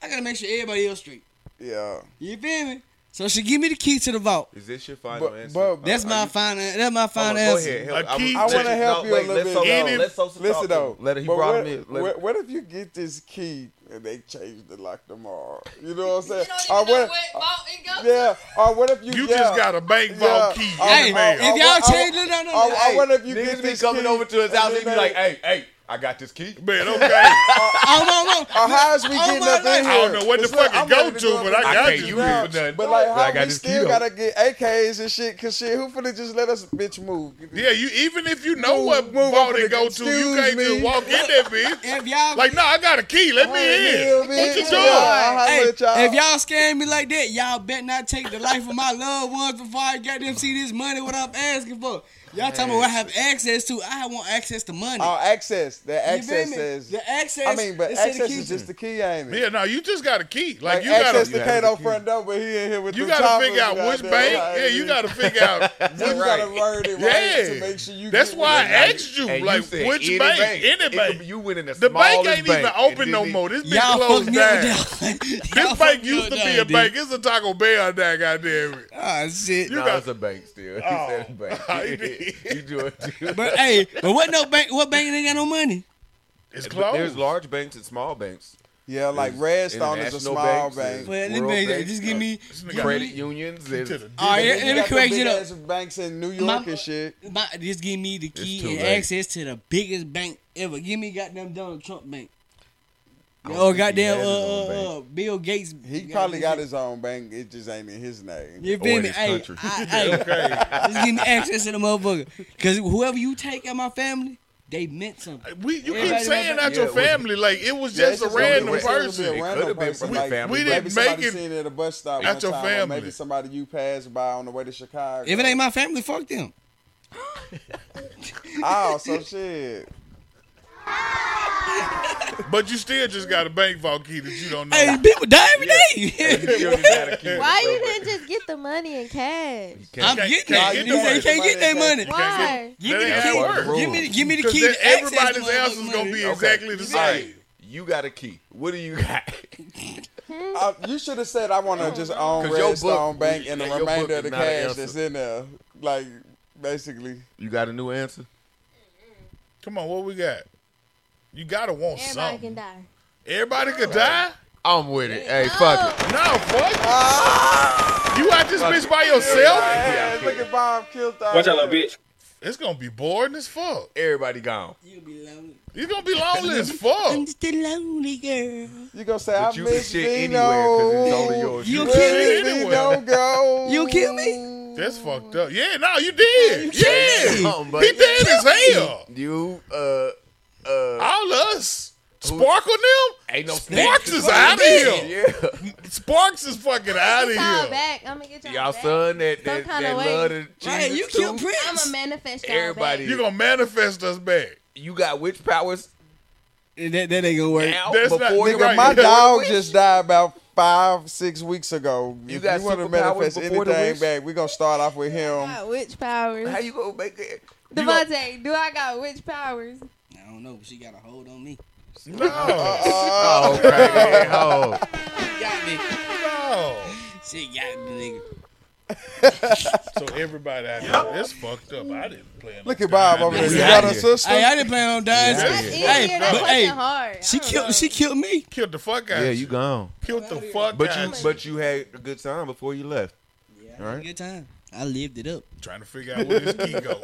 I gotta make sure everybody else straight. yeah. You feel me? So she give me the key to the vault. Is this your final But- answer? but- That's Are my you- final. That's my Hold on, final go answer. ahead, help- A I'm- key I wanna let you- no, help you a wait, little let's bit. Social, Any- let's social Listen talk. though, Let it, he but brought what, him in. Let what, it- what if you get this key and they change the lock tomorrow? You know what I'm You saying? don't Or even know what- what vault it goes yeah. Or what if you? You yeah, just got a bank vault yeah. key I- in Hey, the mail. I- if y'all I- change, no, no, no. I- I hey, wonder if you Niggas get be this coming key, over to his and house then and be they- like, hey, hey, I got this key. Man, okay. I won't- Or Uh-huh. how's we Oh, getting my up in here? life. I don't know what the It's not- fuck it I'm go ready to, do it but I myself. got can't you use now. it for nothing. But like, But how I got we this key, still though. gotta get AKs and shit? Cause shit, who finna just let us bitch move? Yeah, you even if you know Move- what move vault over it to- go to, you excuse can't me. just walk in there, bitch. If y'all Like, no, I got a key. Let me Yeah, in. What bitch. you Yeah, doing? I'll Hey, holler at y'all. if y'all scam me like that, y'all bet not take the life of my loved ones before I got them see this money what I'm asking for. Y'all talking about what I have access to. I want access to money. Our access, the You feel access me? is. the access. I mean, but it said the access key- is just the key, ain't it? Yeah, no, you just got a key. Like, Like, you access gotta, to You gotta Kato key. front door, but he in here with you them gotta choppers figure out which goddamn. bank. Like, Yeah, you gotta figure out You which gotta bank. word it right Yeah, to make sure you. that's get why I what Now you- asked you, and like, said which any bank? Any It could bank. be- You went in the, The bank smallest ain't even bank. open It no didn't- more. This been y'all fucked closed me up. down. down. This Y'all bank fucked me used up to down, be a dude. bank. It's a Taco Bell now, goddamn it. Ah shit. You No, got- it's a bank still. Oh. He said a bank. He did. you do it too. But hey, but what no bank? What bank ain't got no money? It's But closed. There's large banks and small banks. Yeah, like There's Redstone is a international small banks, bank. Well, let World me Bank, just give uh, me. This nigga Credit got- unions. to There's, the All right, Then here- you here got to the correct it up. big-ass Banks in New My- York and shit. My, just give me the too key and late. access to the biggest bank ever. Give me goddamn Donald Trump bank. I don't Or think he goddamn uh, has his own uh, uh, Bill Gates. He probably got his own bank. It just ain't in his name. You Or feel in me? his Hey, country. I, hey, just give me access to the motherfucker. Cause whoever you take out my family, they meant something. We, you keep Everybody saying remember- that your Yeah, it was- family, like it was Yeah, just it's a just gonna be random a random- person. It It random could have been person, from like, his we family. didn't Maybe somebody make it seen it at a bus stop. at one your time, or family. Maybe somebody you passed by on the way to Chicago. If it ain't my family, fuck them. oh, some shit. But you still just got a bank vault key that you don't know. Hey, people die every day. Why you didn't just get the money in cash? I'm Can't- getting can't that. get You say the you can't get that money. You can't Give me That the ain't key. how it works. Give me, the- give me the Because key. then to access everybody's the motherfucking answers gonna be money. exactly the same. You got a key. What do you got? I, you should have said I want to just own 'Cause your Redstone book- Bank and the yeah, your book remainder of the is not an cash answer. that's in there. Like basically, You got a new answer? Come on, what we got? You gotta want Everybody something. can die. Everybody could die? I'm with it. Hey, fuck it. No, fuck. You out this bitch by yourself? yeah, look at Bob killed our Watch out, little bitch. It's gonna be boring as fuck. Everybody gone. You be lonely. You're gonna be lonely as fuck. I'm just a lonely girl. You gonna say But I you can miss shit Vino? anywhere because it's only yours. You You kill me. Anywhere. Vino go. You kill me. That's fucked up. Yeah, no, you did. Yeah. something, He buddy. dead as hell. You, uh, uh, All us. Sparkle them? ain't no Sparks snitches. is out of here. Yeah. Sparks is fucking out of It's all here. back. I'm gonna get y'all, Y'all back. son that, Some that, kinda that way. love the Right, you Jesus killed too? I'ma Prince. manifest y'all Everybody. Back. You're gonna manifest us back. You got witch powers That, that ain't gonna work. now That's not- before Nigga, the Right. Nigga, my dog just died about five, six weeks ago. You if got you want to superpowers manifest before the anything wish? back, we're gonna start off with him. Got witch powers. How you gonna make it? you gonna- Devontae, do I got witch powers? I don't know, but she got a hold on me. No. Oh, okay. oh. She got me. no. She got me, nigga. So everybody out there, it's fucked up. I didn't plan. Look at Bob over there. You Yeah. got a sister. Hey, I didn't plan on dying. Yeah, That's yeah. easier. Hey, That but wasn't hey, hard. I she don't killed. know. She killed me. Killed the fuck out. Yeah, you gone. killed the fuck But out. you, but you had a good time before you left. Yeah, All right. good time. I lived it up. trying to figure out where this key go.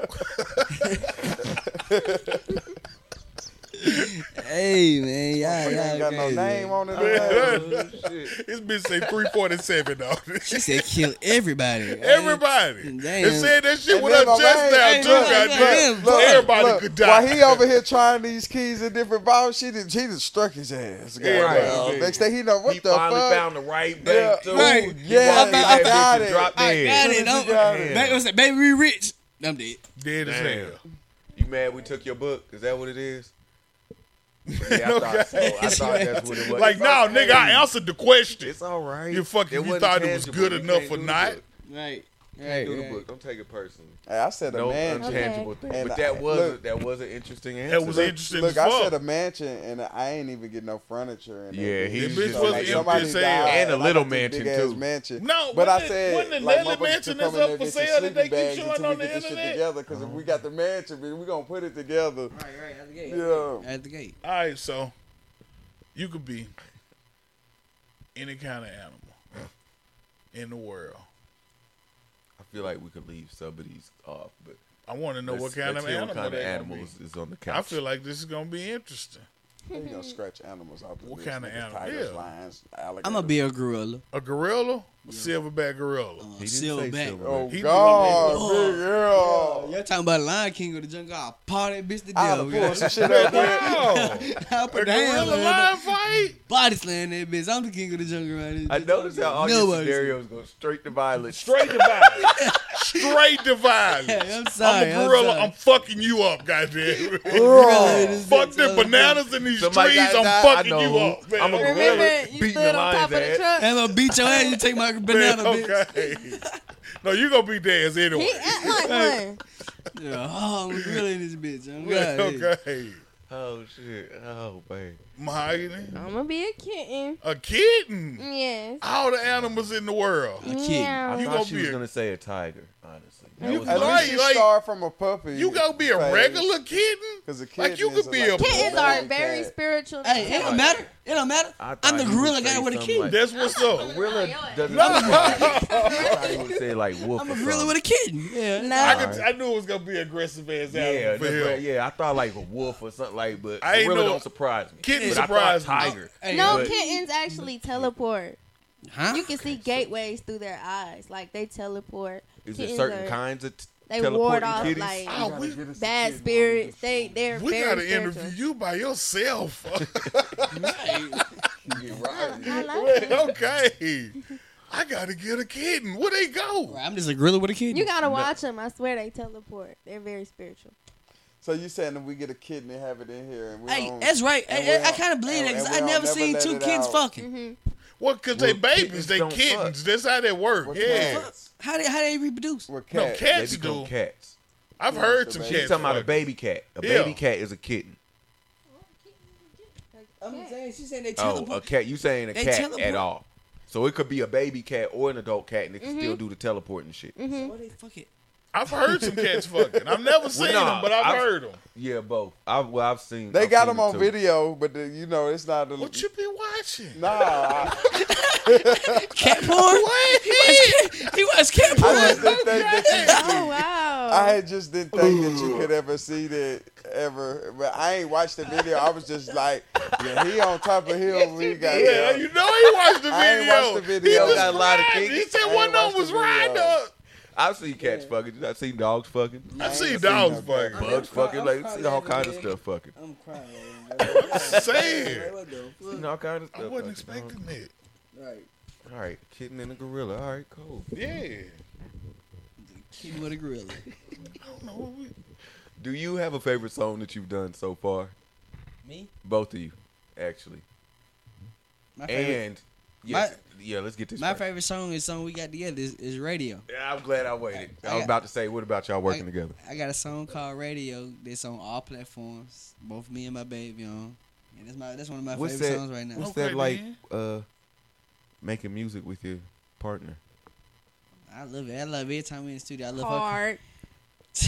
Hey man, y'all, You ain't y'all got no crazy. name on it. or nothing. this bitch say three forty seven though. She said kill everybody. Everybody. Damn. It said that shit And with then her my chest man- down Hey, too. look, Goddamn. look, So look, everybody look, could die. While he over here trying these keys in different bottles, she did, she just struck his ass. Goddamn. right. Next thing he know, what he the finally fuck? found the right Yeah. bank too. Right. He Yeah, walked in I- that I bitch got and it. Oh, dropped I dead. got it. Soon as Don't, you got it. baby, what's that? Baby, we rich. I'm dead. Dead as Damn. hell. You mad we took your book? Is that what it is? Yeah, I Okay. thought so. I thought that's what it was. Like It's no, okay. nigga, I answered the question. It's all right. You fucking- you wasn't thought it was tangible. good You enough can't or do the not? book. Right. Can't Right. do the right. book. Don't take it personally. Hey, I said a No mansion. untangible Okay. thing. And But I- that was a, look- that was an interesting answer. That was interesting Look, as I fuck. said a mansion, and I ain't even get no furniture. In Yeah, it. he That bitch just- was Like, empty somebody as died, hell. And a like, little this mansion, big-ass too. Mansion. No, but wasn't I it- said, wasn't it like, Lily motherfuckers Mansion could come that's in up there for get some sale that they sleeping keep bags showing until on we the get this shit internet? Together, because if we got the mansion, we we gonna put it together. Right. Right. At the gate. Yeah. At the gate. All right, so you could be any kind of animal in the world. I feel like we could leave some of these off, but I want to know let's- what kind let's of hear animal. kind of they gonna animal be. is, is on the couch. I feel like this is gonna be interesting. You gonna scratch animals out the What list, kind of nigga, animal? Tigers, Yeah. lions, I'm gonna alligators. be a gorilla. A gorilla, a silverback gorilla. Uh, He didn't say silverback. silver. Oh He be God, one big girl. Y'all talking about Lion King of the jungle? I'll paw that bitch to I'll death. pull man. some shit up there. Wow, I'll a put the hand gorilla on her, lion fight. body slam that bitch. I'm the king of the jungle right here. I noticed how all your Nobody's- scenarios go straight to violence. Straight to violence. Straight to violence. Hey, I'm sorry, I'm a I'm gorilla. sorry. I'm, fucking you up, goddamn. Gorilla in this Fuck bitch. uh, the bananas in these Somebody trees. gotta I'm die. I fucking know you who. up, man. I'm a gorilla. Remember, Beating you stood the on top of lion's the truck. I'm gonna beat your ass. You take my Man, banana, bitch. okay. no, you gonna be dead anyway. He act like one. Yeah, oh, I'm a gorilla in this bitch. I'm glad. okay. Oh shit! Oh man! Mahogany. I'm gonna be a kitten. A kitten. Yes. All the animals in the world. Mm. A kitten. Meow. I You thought gonna she be was a- gonna say a tiger. Honestly, You- that was At Like- least you like- start from a puppy. You gonna be a phase. regular kitten? 'Cause a kitten Like you is could be a like Kittens little are baby very cat. spiritual. Hey, it don't matter. It don't matter. I thought I'm the you would gorilla say guy with a something kitten. like- That's what's up. gorilla doesn't. I thought you would say like wolf. I'm a or gorilla something. with a kitten. Yeah. No. I I, could, I knew it was gonna be aggressive ass animal Yeah, for that's him. right. yeah. I thought like a wolf or something like, but I ain't gorilla know- don't surprise me. Kitten but I surprised me. thought tiger. Hey, no but- kittens actually teleport. Huh? You can see gateways through their eyes, like they teleport. Is there Kittens certain are- kinds of t- They ward teleporting off kitties? like Oh, we bad spirits. They they're we very gotta spiritual. interview you by yourself. Right. I like it. okay. I gotta get a kitten. Where they go? Right, I'm just a gorilla with a kitten. You gotta watch them. I swear they teleport. They're very spiritual. So you saying if we get a kidney, have it in here, and we Hey, don't, that's right. and I- we I, don't- kind of believe and- that 'cause and I we never don't seen let two it kids out. Mm-hmm. fucking. Well, cause they Well, babies, kittens they don't kittens. fuck. That's how that work. We're Yeah. cats. How they how they reproduce? We're No, cats. They cats become do. cats. I've heard It's some a cats. baby. She's talking about a fucking. baby cat. A Yeah. baby cat is a kitten. I'm saying she's saying they Oh, a Teleport- cat. You saying a They cat teleport- at all? So it could be a baby cat or an adult cat, and it can still Mm-hmm. do the teleporting shit. What they fucking? I've heard some cats fucking. I've never seen nah, them, but I've, I've- heard them. Yeah, both. I've well, I've seen. They I've got seen them on too. video, but the, you know it's not. The, What you been watching? Nah, I, Cat porn? What? he was cat I porn. just didn't think that you. Oh wow. I had just didn't think that you could ever see that ever, but I ain't watched the video. I was just like, yeah, he on top of him. We got Yeah, you know he watched the video. I ain't watched the video. He was Got a lot of riding. He kids. said I ain't one of watched them the was video. riding up. I've seen cats fucking. I've seen dogs fucking. I ain't see seen dogs no baby. fucking. Bugs I'm fucking. probably- Like I'm seen all probably kinds of having stuff fucking. I'm crying. bro. Sad. What the fuck? Seen all kinds of I stuff. wasn't fucking, dog. expecting that. Right. All right, kitten and a gorilla. All right, cool. Yeah. Kid with a gorilla. I don't know what we. Do you have a favorite song that you've done so far? Me? Both of you, actually. My favorite, And yes, yeah, let's get this. my right. favorite song is song we got together is, is Radio. Yeah, I'm glad I waited. I I was got- about to say, what about y'all working I- together? I got a song called Radio that's on all platforms. Both me and my baby on. And that's my that's one of my What's favorite that? songs Oh, right now. What's Oh. Okay, that like? man. Uh, making music with your partner. I love it. I love every time we in the studio. I love her. Hard.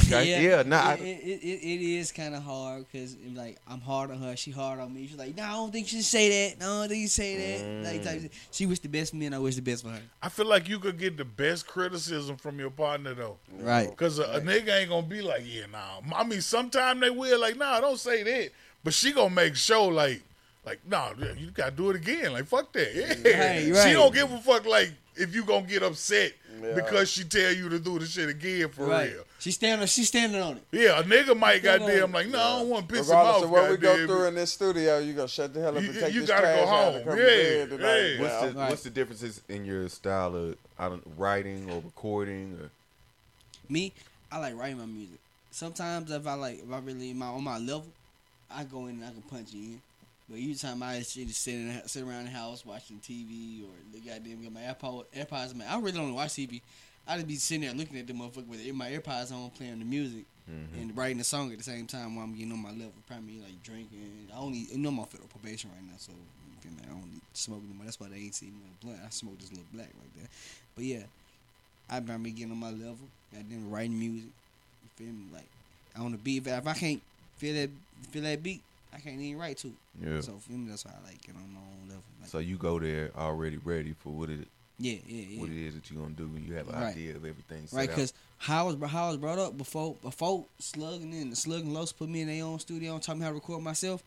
Okay, yeah, nah, I- It, it, it, it is kind of hard because like I'm hard on her, she hard on me. She's like, no, I don't think she should say that. No, I don't think you say that. Like, type of- she wish the best for me, and I wish the best for her. I feel like you could get the best criticism from your partner though, Right. because a, a nigga ain't gonna be like, yeah, nah. I mean, sometime they will, like, nah, don't say that. But she gonna make sure, like, like, nah, you gotta do it again. Like, fuck that. Yeah. Right, She right. don't give a fuck, like, if you gonna get upset Yeah. because she tell you to do the shit again for right. real. She's standing. She's standing on it. Yeah, a nigga might Yeah. goddamn like, no, I don't want to piss him Regardless off. of what we go goddamn. through in this studio, you gonna shut the hell up You- and take you this gotta go trash out home. and come Yeah, to bed tonight. yeah. What's Yeah. the Right. What's the differences in your style of I don't writing or recording or Me, I like writing my music. Sometimes if I like, if I really my on my level, I go in and I can punch it in. But usually time I just just sit in, sit around the house watching TV or the goddamn get my AirPod, AirPods. Man, I really don't watch TV. I just be sitting there looking at the motherfucker with my AirPods on, playing the music and writing the song at the same time while I'm getting on my level. Probably like drinking. I only you know I'm on federal probation right now, so you feel me? I don't smoke no more. That's why they ain't seen me with a blunt. I smoke this little black right there. But yeah, I remember getting on my level. I didn't writing music. You feel me? Like on the beat. If I if I can't feel that feel that beat, I can't even write to it. yeah? So feel me? That's why I like getting on my own level. Like, So you go there already ready for what it yeah, yeah, yeah. what it is that you're gonna do, and you have an Right. idea of everything. Set Right, out. because how I was how I was brought up before before Slug and then the Slug and Los put me in their own studio and taught me how to record myself.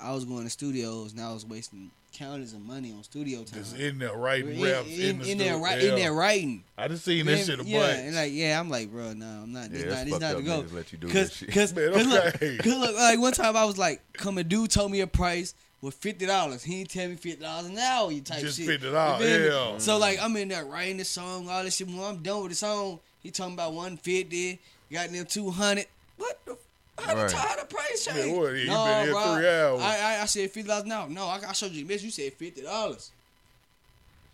I was going to studios and I was wasting counties of money on studio time. Just in there writing raps in, the there, studio. ri- in there writing. I just seen Yeah, that shit a yeah, bunch. and like yeah, I'm like, bro, no, I'm not. yeah, This that's not, this fucked not up. to go. Niggas let you do that Cause, shit. cause, Man, cause look, okay. cause look, like one time I was like, come a dude told me a price was fifty dollars. He didn't tell me fifty dollars an hour. You type Just shit. $50, You feel me? yeah. So like I'm in there writing the song, all this shit. When I'm done with the song, he talking about one fifty, got them two hundred. What the? How the, Right. how the price Man, change? what, he been here bruh. three hours. I, I, I said fifty dollars. No, no, I, I showed you, miss. You said fifty dollars.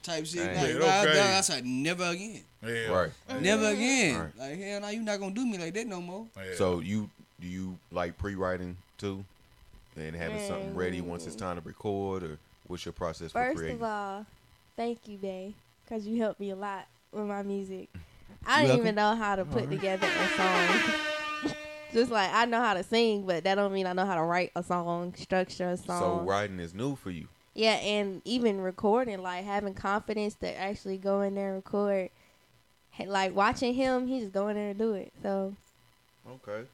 Type shit. Dang. Like, Man, bruh, I- okay. I said never again. yeah. Right. Never again. Right. Like hell, no, you not gonna do me like that no more. Yeah. So you do you like pre-writing too, and having something ready once it's time to record, or what's your process for First creating? of all, thank you, Bay, because you helped me a lot with my music. I You're didn't even know how to put together a song. Just like I know how to sing, but that don't mean I know how to write a song, structure a so song. writing is new for you. Yeah, and even recording, like having confidence to actually go in there and record. Hey, Like watching him, he just go in there and do it. So Okay.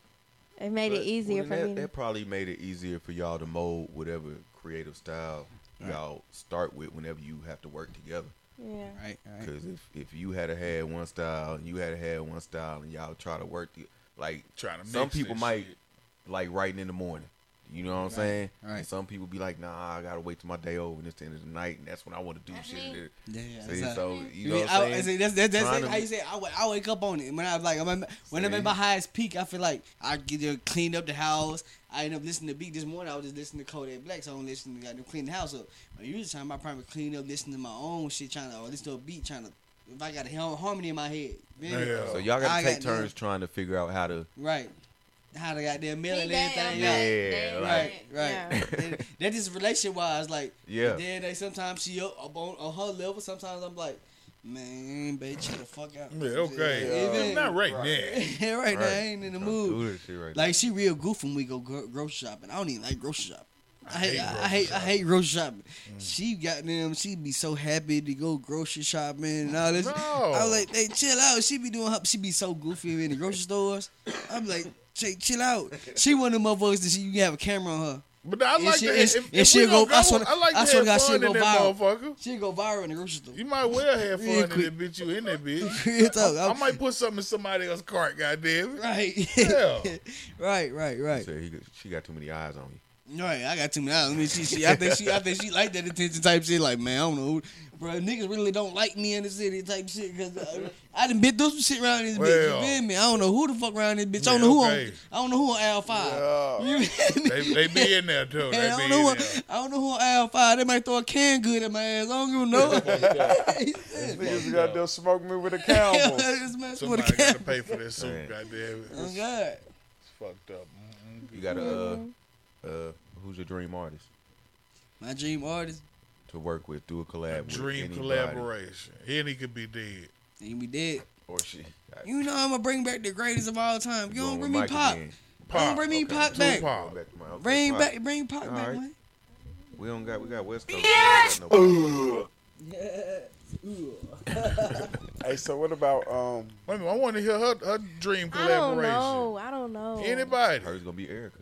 it made it But- easier well, for that, me. to- That probably made it easier for y'all to mold whatever creative style Right. y'all start with whenever you have to work together. yeah. Right, right. Because if, if you had had one style and you had had one style and y'all try to work, the, like Trying to some mix people this might shit. like writing in the morning. You know what I'm saying? Right. And some people be like, nah, I gotta wait till my day over and it's the end of the night, and that's when I want to do shit. Yeah, yeah, See, exactly. so you know I mean, what I'm I- I saying? say that's, that's, that's Trying like to- how you say. I, wa- I wake up on it when I'm like, I'm at, when I'm See? at my highest peak, I feel like I get to clean up the house. I end up listening to beat this morning. I was just listening to Kodak Black, so I'm listening to goddamn clean the house up. But usually time I probably clean up, listening to my own shit, trying to or listen to a beat, trying to. If I got a har- harmony in my head, you feel me? Yeah. So y'all gotta I take got turns this. trying to figure out how to. right? How the goddamn mail and He everything. bad, out. Yeah, they Right, bad. right. Yeah. And that is relationship wise, like Yeah. and Then they sometimes she up, up on, on her level. Sometimes I'm like, man, bitch, chill the fuck out. Yeah, okay. Yeah. Not right, now. Yeah, right, now I ain't in the Don't mood. do that shit right Like she real goof when we go gro- grocery shopping. I don't even like grocery shopping. I hate, hate grocery I, Mm. I hate, I hate grocery shopping. She got them. She be so happy to go grocery shopping and all this. No. I was like, hey, chill out. She be doing her, she be so goofy in the grocery stores. I'm like, chill, chill out. She one of the motherfuckers that she, you can have a camera on her. But I If like she- that. If, if- if if she we go- gonna I swear- I like I to have swear to God, she fun in go that viral. motherfucker. She go viral in the grocery store. You might well have Real fun in that bitch. You in that bitch. Real talk. I I'm- might put something in somebody else's cart. Goddamn it. right. Yeah. right, right, He right. said he got- she got too many eyes on you. Right, I got two now. I mean, she, she, I think she, I think she like that attention type shit. Like, man, I don't know, who, bro, niggas really don't like me in the city type shit. Cause uh, I done been through some shit around this bitch. Well. You feel me? I don't know who the fuck around this bitch. I don't Yeah, know who okay. on, I don't know who on Al Five. You feel me? They, they be in there too. Hey, They I be don't in there. know. What, I don't know who on Al Five. They might throw a can good at my ass. I don't even know. Niggas got to smoke me with a cowboy. This man with a Somebody can. gotta pay for that soup. Man. Goddamn it. Oh It's God. fucked up. Mm-hmm. Mm-mm. You gotta. Mm-hmm. Uh, uh, who's your dream artist My dream artist, to work with? Do a collab. with Dream anybody. collaboration. Henny could be dead. he be dead. Or she. uh, You know I'm gonna bring back the greatest of all time. You Going with don't bring me Mike pop. again. Don't bring me Okay. pop back. Tupac. Back to my- okay, Bring Pop. back, bring Pac All back, right. man. We don't got. We got West Coast. Yes. hey, so what about um? Wait a minute, I want to hear her, her dream I don't collaboration. know. I don't know. Anybody? Hers gonna be Erica.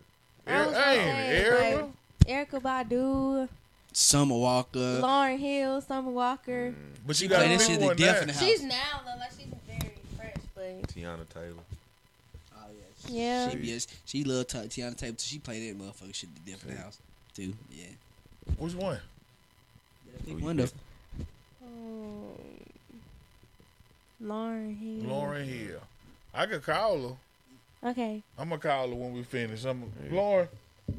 I was Erica, gonna hey, say, Erica. like, Erica Badu, Summer Walker. Lauren Hill, Summer Walker. but you Play got that shit to one death in the now. house. She's now though, like she's very fresh, but Tiana Taylor. oh, yeah. Yeah. She, be a- she love Ti- Tiana Taylor. so She play that motherfucker shit to death in the house too. Yeah. Which one? you Wonder. pick? hmm. Um, Lauren Hill. Lauren Hill. I could call her. Okay. I'm gonna call her when we finish. I'm Lauren.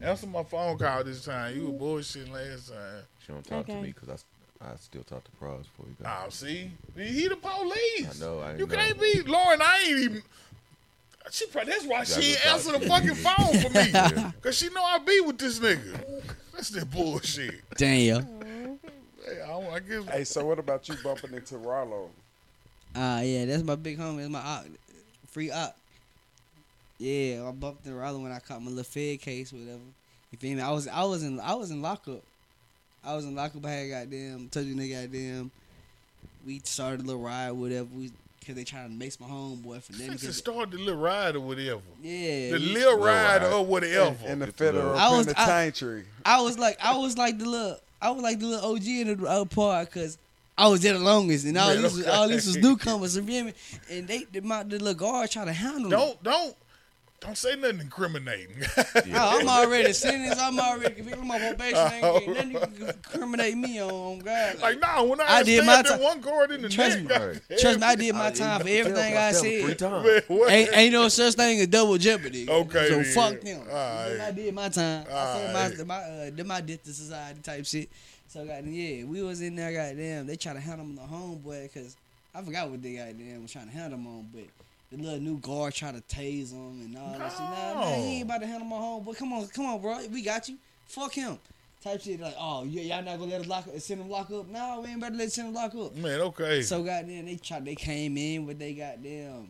Answer my phone call this time. You were bullshitting last time. She don't talk to Okay. me because I, I still talk to Pros before he go. Ah, Oh, see, he the police. I know, I you know. can't be Lauren. I ain't even. She probably that's why gotta she ain't go answer the talk fucking to phone for me, cause she know I be with this nigga. That's that bullshit. Damn. Hey, I, don't- I guess Hey, so what about you bumping into Rollo? Ah, yeah. That's my big homie. That's my op, free op. Yeah, I bumped into Rollo when I caught my little Fed case, whatever. You feel me? I was, I was in, I was in lockup. I was in lockup. I had goddamn told you nigga goddamn. We started a little ride, whatever. We cause they trying to mace my homeboy for them. since it because- started the little ride or whatever, Yeah. the little ride ride. or whatever. In the Good federal lord. I was- I- penitentiary. I was like, I was like the little, I was like the little OG in the other part because I was there the longest, and all Yeah, this, was, okay. all this was newcomers. You feel me? And they, the, my, the little guard trying to handle. me. Don't don't don't say nothing incriminating. Oh, I'm already sentenced. I'm already convicted. My probation ain't getting nothing you can incriminate me on, on God. like nah, when I, I did my stabbed that ti- one guard in the Trust neck, me. goddamn, Trust me, I did my time for everything I Three said. times. man, what? Ain't, ain't no such thing as double jeopardy. Okay, So then. fuck them. Alright. I did my time. I Alright. served my, my, uh, did my death to society type shit. So, goddamn, yeah, we was in there, goddamn. They try to handle him the homeboy because I forgot what they goddamn was trying to handle him on, but the little new guard try to tase him and all that shit. Nah, man, he ain't about to handle my homeboy. Come on, come on, bro. We got you. Fuck him. Type shit like, oh, y- y'all not gonna let us lock up, send him lock up? No, we ain't about to let send him lock up. man, okay. So goddamn, they tried. They came in with they goddamn,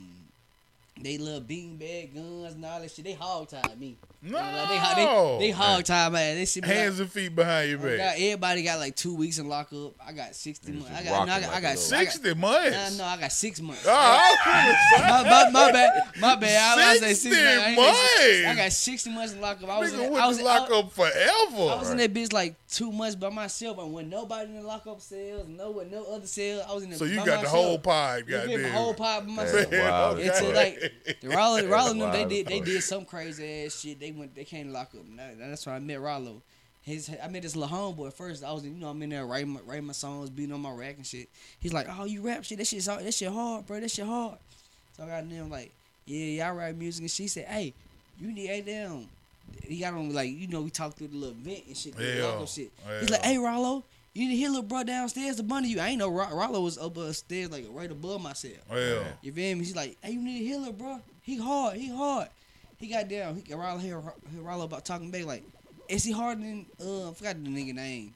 they little beanbag guns and all that shit. They hog tied me. no, Like, they ho- they, they hog tied my ass. They shit me hands like, and feet behind your oh, God, back. everybody got like two weeks in lockup. I got sixty months. I just got, no, I rocking got, like I a got little- I got- Sixty Nah, months. no, I got six months. Oh, my, my, my bad, my bad. I was like 60 six months. I, ain't got six- I months. got sixty months in lockup. I was, in, nigga that- I went was, to in- lock I, up forever. I was in that bitch like two months by myself. I wasn't nobody in the lockup cells. No, with no other cell. I was in. The, so you got by the myself. whole pod, You feel me? goddamn. whole pie by myself. Damn, Yeah, wow, okay. It's that's just what- like the Rollins, Rollins them, Wow, they that's did they funny. did some crazy ass shit. They they went they came to lock up. Now, that's when I met Rollo. His I met this little homeboy at first. I was you know I'm in there writing my, writing my songs, beating on my rack and shit. He's like, oh you rap shit. That shit's hard. That shit hard, bro. That shit hard. So I got in there, I'm like, yeah, y'all write music. And she said, hey, you need a damn. He got on like you know we talked through the little vent and shit, the Yeah. lock up shit. He's Yeah. like, hey Rollo, you need to hit little bro downstairs to bunny you. I ain't know Ro- Rollo was up upstairs like right above myself. Well, You feel me? He's like, hey, you need a healer, bro. He hard. He hard. He got down. He got Rollo here. He Rollo about talking back. Like, is he harder than? Uh, I forgot the nigga name.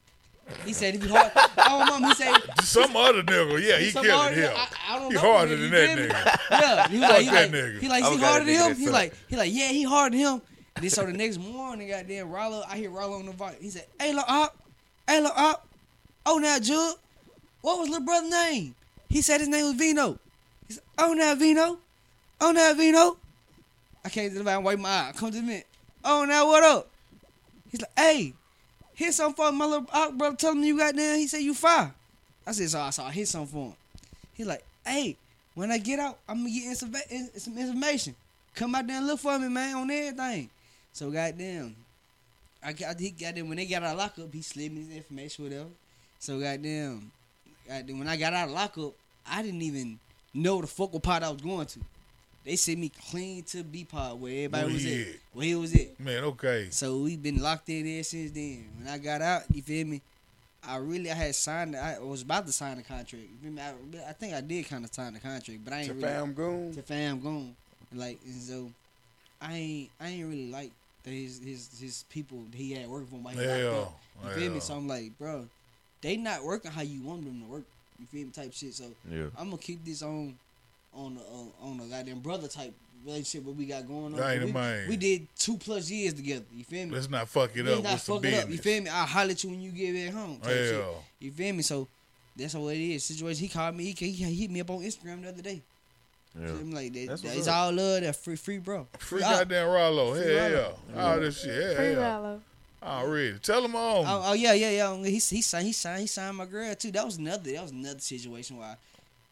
He said if he hard. oh, mom. He said. some other nigga. Yeah, he some killed harder him. than- I, I don't He know. harder you than that feel me? nigga. Yeah. He was like, he that like, nigga. he like, I he forgot harder that than nigga him. that He suck. like, he like, yeah, he harder than him. And then so the next morning, goddamn Rollo, I hear Rollo on the volume. He said, hey, look up, hey, look up. Oh now, Jug, what was little brother's name? He said his name was Vino. He said, oh now, Vino, oh now, Vino. I can't even wipe my eye. Come to me. Oh now, what up? He's like, hey, hit something for him. my little op brother. Tell him you got there. He said you fire. I said, so I saw I hit something for him. He like, hey, when I get out, I'm gonna get insurva- in- some information. Come out there and look for me, man, on everything. So goddamn, I got he got them when they got out of lockup. He slid me his information, whatever. So goddamn, goddamn, when I got out of lockup, I didn't even know the focal pod I was going to. They sent me clean to B pod where everybody Where was he at. at? Where he was at. Man, okay. So we've been locked in there since then. When I got out, you feel me? I really I had signed. I was about to sign a contract. You feel me? I, I think I did kind of sign the contract, but I ain't To really fam goon. to fam gone. Like and so, I ain't I ain't really like that his his his people that he had working for him while he Yeah. locked up. You feel yeah. me? So I'm like, bro, they not working how you want them to work. You feel me? Type shit. So Yeah. I'm gonna keep this on on the uh, on the goddamn brother type relationship what we got going on. That ain't we, a man. we did two plus years together. You feel me? Let's not fuck it Let's up not with some fuck it business. You feel me? I'll holler at you when you get back home. type shit. Yeah. You feel me? So that's what it is. Situation. He called me. He, he hit me up on Instagram the other day. Yeah. So I'm like that. That's that what's it's up. all love. That free, free, bro. Free out. goddamn Rollo. Free Hell yeah. Rollo. All this shit. Free Hell yeah. Rollo. Already. Tell them on. Oh, oh yeah, yeah, yeah. He he signed he signed he signed my girl too. That was another that was another situation why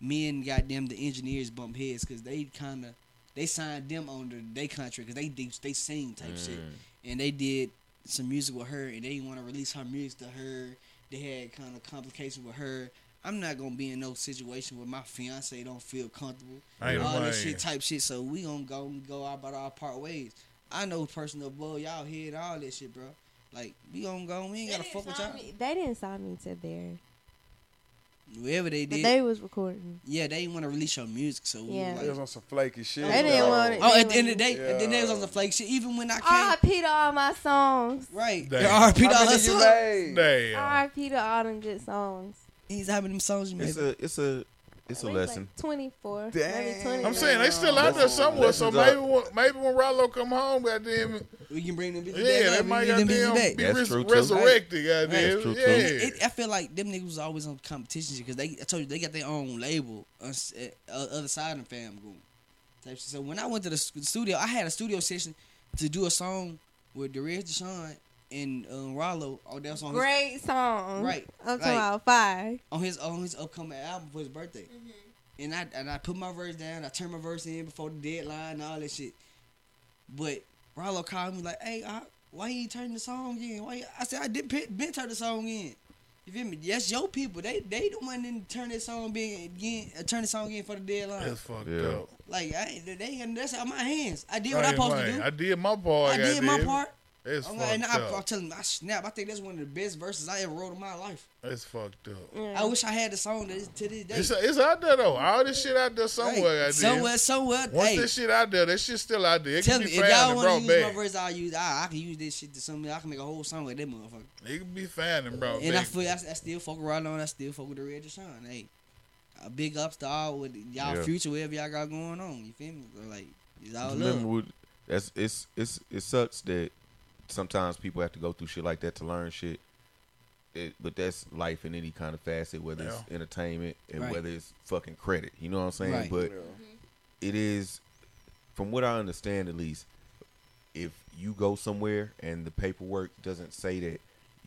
me and goddamn the engineers bump heads because they kind of they signed them on their they contract because they do they sing type shit and they did some music with her and they didn't want to release her music to her. They had kind of complications with her. I'm not gonna be in no situation where my fiance don't feel comfortable. I ain't all lying. that shit type shit. So we gonna go go out about our part ways. I know personal above y'all head all that shit, bro. Like we gonna go, we ain't gotta fuck with y'all. They didn't sign me to there, Whoever they but did, they was recording. yeah, they didn't want to release your music, so we were Yeah. It was like, on some flaky shit. They didn't though. want it. oh, at the end of the day, at the Yeah. end they was on the flake shit. Even when I came, R.I.P. to all my songs. right, Damn. the RP How dollar many you song. made? Damn. R.I.P. to all them good songs. He's having them songs you made. It's a it's a it's a We lesson. Like 24. Damn. Maybe 20 I'm saying they still out there somewhere, so Lessons maybe up. when, maybe when Rollo come home, goddamn, it, we can bring them bitches yeah, back. they up, we might can get them goddamn bitches be back. That's res- true, too. resurrected, That's goddamn. true, too. Yeah, It, I feel like them niggas was always on competition because they I told you they got their own label, us, uh, other side of the fam going. Type shit. So when I went to the s- studio, I had a studio session to do a song with Derek Deshaun and um, Rollo. Oh, that was on his Great songs. Right, I'm talking right. about five. on his on his upcoming album for his birthday. And I and I put my verse down. I turned my verse in before the deadline and all that shit. But Rollo called me like, "Hey, I, why you ain't turning the song in? Why?" You? I said, "I did pe- been turn the song in." You feel me? That's your people. They they the one that turn that song in again. Uh, turn the song in for the deadline. That's fucked Yeah. up. like I ain't- they ain't that's out my hands. I did I what I, ain't supposed lying. to do. I I, did my part. did my goddamn. part. It's I'm fucked like, and I, I'm up. telling you, I snap. I think that's one of the best verses I ever wrote in my life. It's fucked up. I wish I had the song that is, to this day. It's, it's out there though. All this shit out there Right. somewhere. Goddamn. somewhere, somewhere. Once hey, this shit out there, that shit still out there. It tell can me be if y'all found and want to brought use back. my verse, I'll use. I, I can use this shit to something. I can make a whole song with that motherfucker. It can be found and brought and I back. feel I, I still fuck with Rollo and I still fuck with the Red Deshaun. Hey, a big ups to all with y'all Yeah. future, whatever y'all got going on. You feel me? So, like it's all Just love. remember, what, that's it's it's it sucks that sometimes people have to go through shit like that to learn shit. It, but that's life in any kind of facet, whether it's entertainment and Right. whether it's fucking credit. You know what I'm saying? Right. But Yeah. it is, from what I understand at least, if you go somewhere and the paperwork doesn't say that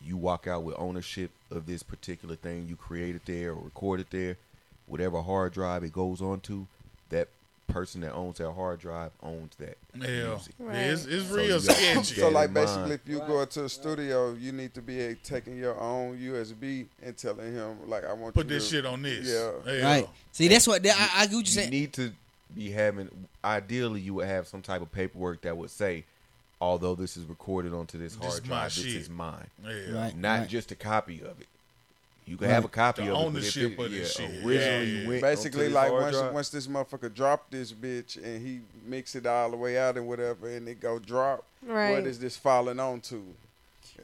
you walk out with ownership of this particular thing you created there or recorded there, whatever hard drive it goes onto, that person that owns that hard drive owns that. Yeah, music. Right. it's, it's So real you got- sketchy. Yeah, So like mine. basically, if you go into a studio, you need to be a, taking your own USB and telling him like, I want Put you this to- shit on this. Yeah. Hell. Right. See, that's what that, I, I get what you You saying. need to be having. Ideally, you would have some type of paperwork that would say, although this is recorded onto this This hard my drive, this shit. is mine. Yeah. Right, Not right. just a copy of it. You can have a copy The of it. ownership but of this if it- shit. yeah, Originally, Yeah, yeah. you went Basically, onto this like hard once drive. once this motherfucker drop this bitch and he mix it all the way out and whatever, and it go drop. Right. What is this falling on to?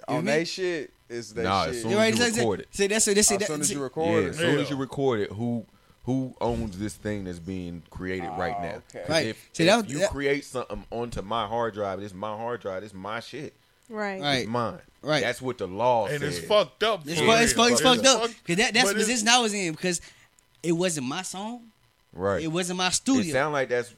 On mean- they shit is they Nah, as shit. soon Right, as you that's it. record it. See, that's it. That's it. as that- soon as see- you Yeah, record as it, soon as Yeah. you record it, who who owns this thing that's being created right now? Oh, okay. 'Cause Right. If, See, if that was- you that- create something onto my hard drive, it's my hard drive. It's my shit. Right. Right. It's mine. Right. That's what the law And says. it's fucked up. It's, for fu- it's, real. fu- it's fucked up because that, that's but the it's- position I was in because it wasn't my song, Right. it wasn't my It studio. sound like that's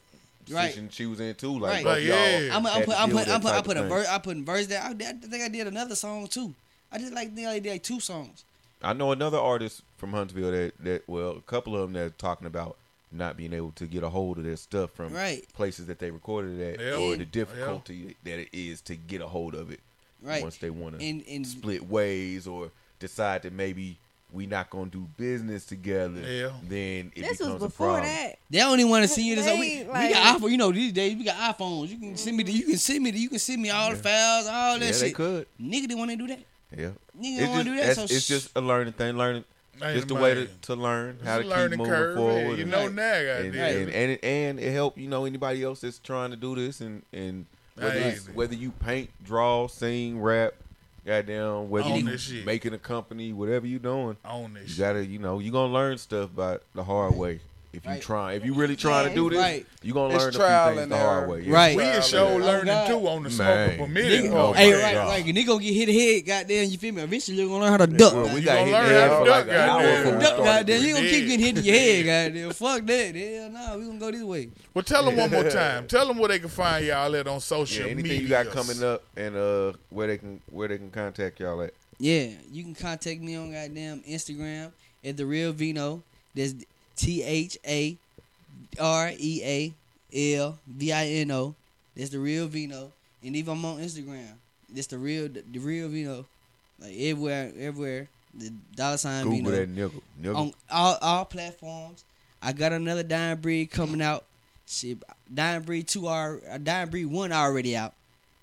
Right. position she was in too. Like, Right. Like, both y'all yeah. I'm, I'm had to put, I'm deal put, with I'm put, that I type put a of verse, thing. I put a verse there. I, I think I did another song too. I did like I did like two songs. I know another artist from Huntsville that that well, a couple of them that are talking about not being able to get a hold of their stuff from Right. places that they recorded it at, Yeah. or Yeah. the difficulty that it is to get a hold of it. Right. Once they want to And- and- split ways or decide that maybe we not gonna do business together, Yeah. then it This was becomes a before problem. that. They don't even want to see you. This, we, They, we like- got iPhone. You know these days we got iPhones. You can send me. The, you can send me. The, you can send me all the files, all that Yeah, shit. they could. Nigga didn't want to do that. Yeah. Nigga It's don't wanna just- do that, that's- so it's sh- just a learning thing. Learning Ain't just a way to, man. to learn It's how a to keep learning moving curve. forward. yeah. You and- know now, and, goddamn. and, and it and it help you know anybody else that's trying to do this and and whether, Right. it's- whether you paint, draw, sing, rap, goddamn, whether Own you this shit. making a company, whatever you doing, Own this you shit. gotta you know you gonna learn stuff by the hard way. If you Right. try, if you really trying to do this, Right. you gonna It's learn a trial few things and the hard error. way. Right. We Yeah. is show Oh, learning God. too on the Man. smoke of a Nigga, minute. oh part. my hey, right, God. like nigga gonna get hit in the head. Goddamn, you feel me? Eventually you gonna learn how to duck. Well, we goddamn. got gonna hit in learn the head how for to like duck, an hour goddamn. before we Duck, started goddamn, this. you gonna Yeah. keep getting hit in your head, goddamn. Fuck that. Hell no, we gonna go this way. Well, tell them one more time. Tell them where they can find y'all at on Yeah, social anything media. you got coming up and uh where they can where they can contact y'all at. Yeah, you can contact me on goddamn Instagram at the real Vino. That's T H A R E A L V I N O. That's the real Vino. And even I'm on Instagram. That's the real the real Vino. Like everywhere, everywhere. The dollar sign Google Vino that nigga. Nigga. on all all platforms. I got another Dying Breed coming out. Shit, Dying Breed two are uh, Dying Breed one already out.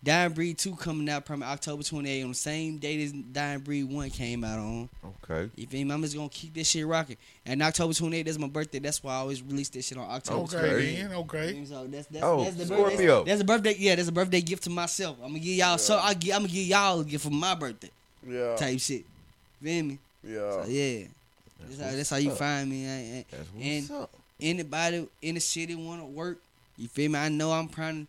Dying Breed two coming out from October twenty eighth on the same date as Dying Breed one came out on. okay. You feel me? I'm just gonna keep this shit rocking. And October twenty eighth is my birthday. That's why I always release this shit on Okay, October. 28th. then. You Okay. know, So that's, that's, Oh, that's the Scorpio. Birthday, that's a birthday. Yeah, that's a birthday gift to myself. I'm gonna give y'all. So I gi- I'm gonna give y'all a gift for my birthday Oh. Yeah, type shit. Feel me? yeah. So, Oh. yeah. That's, how, that's how you find me. I, I, That's what's and up. anybody in the city want to work, you feel me? I know I'm trying,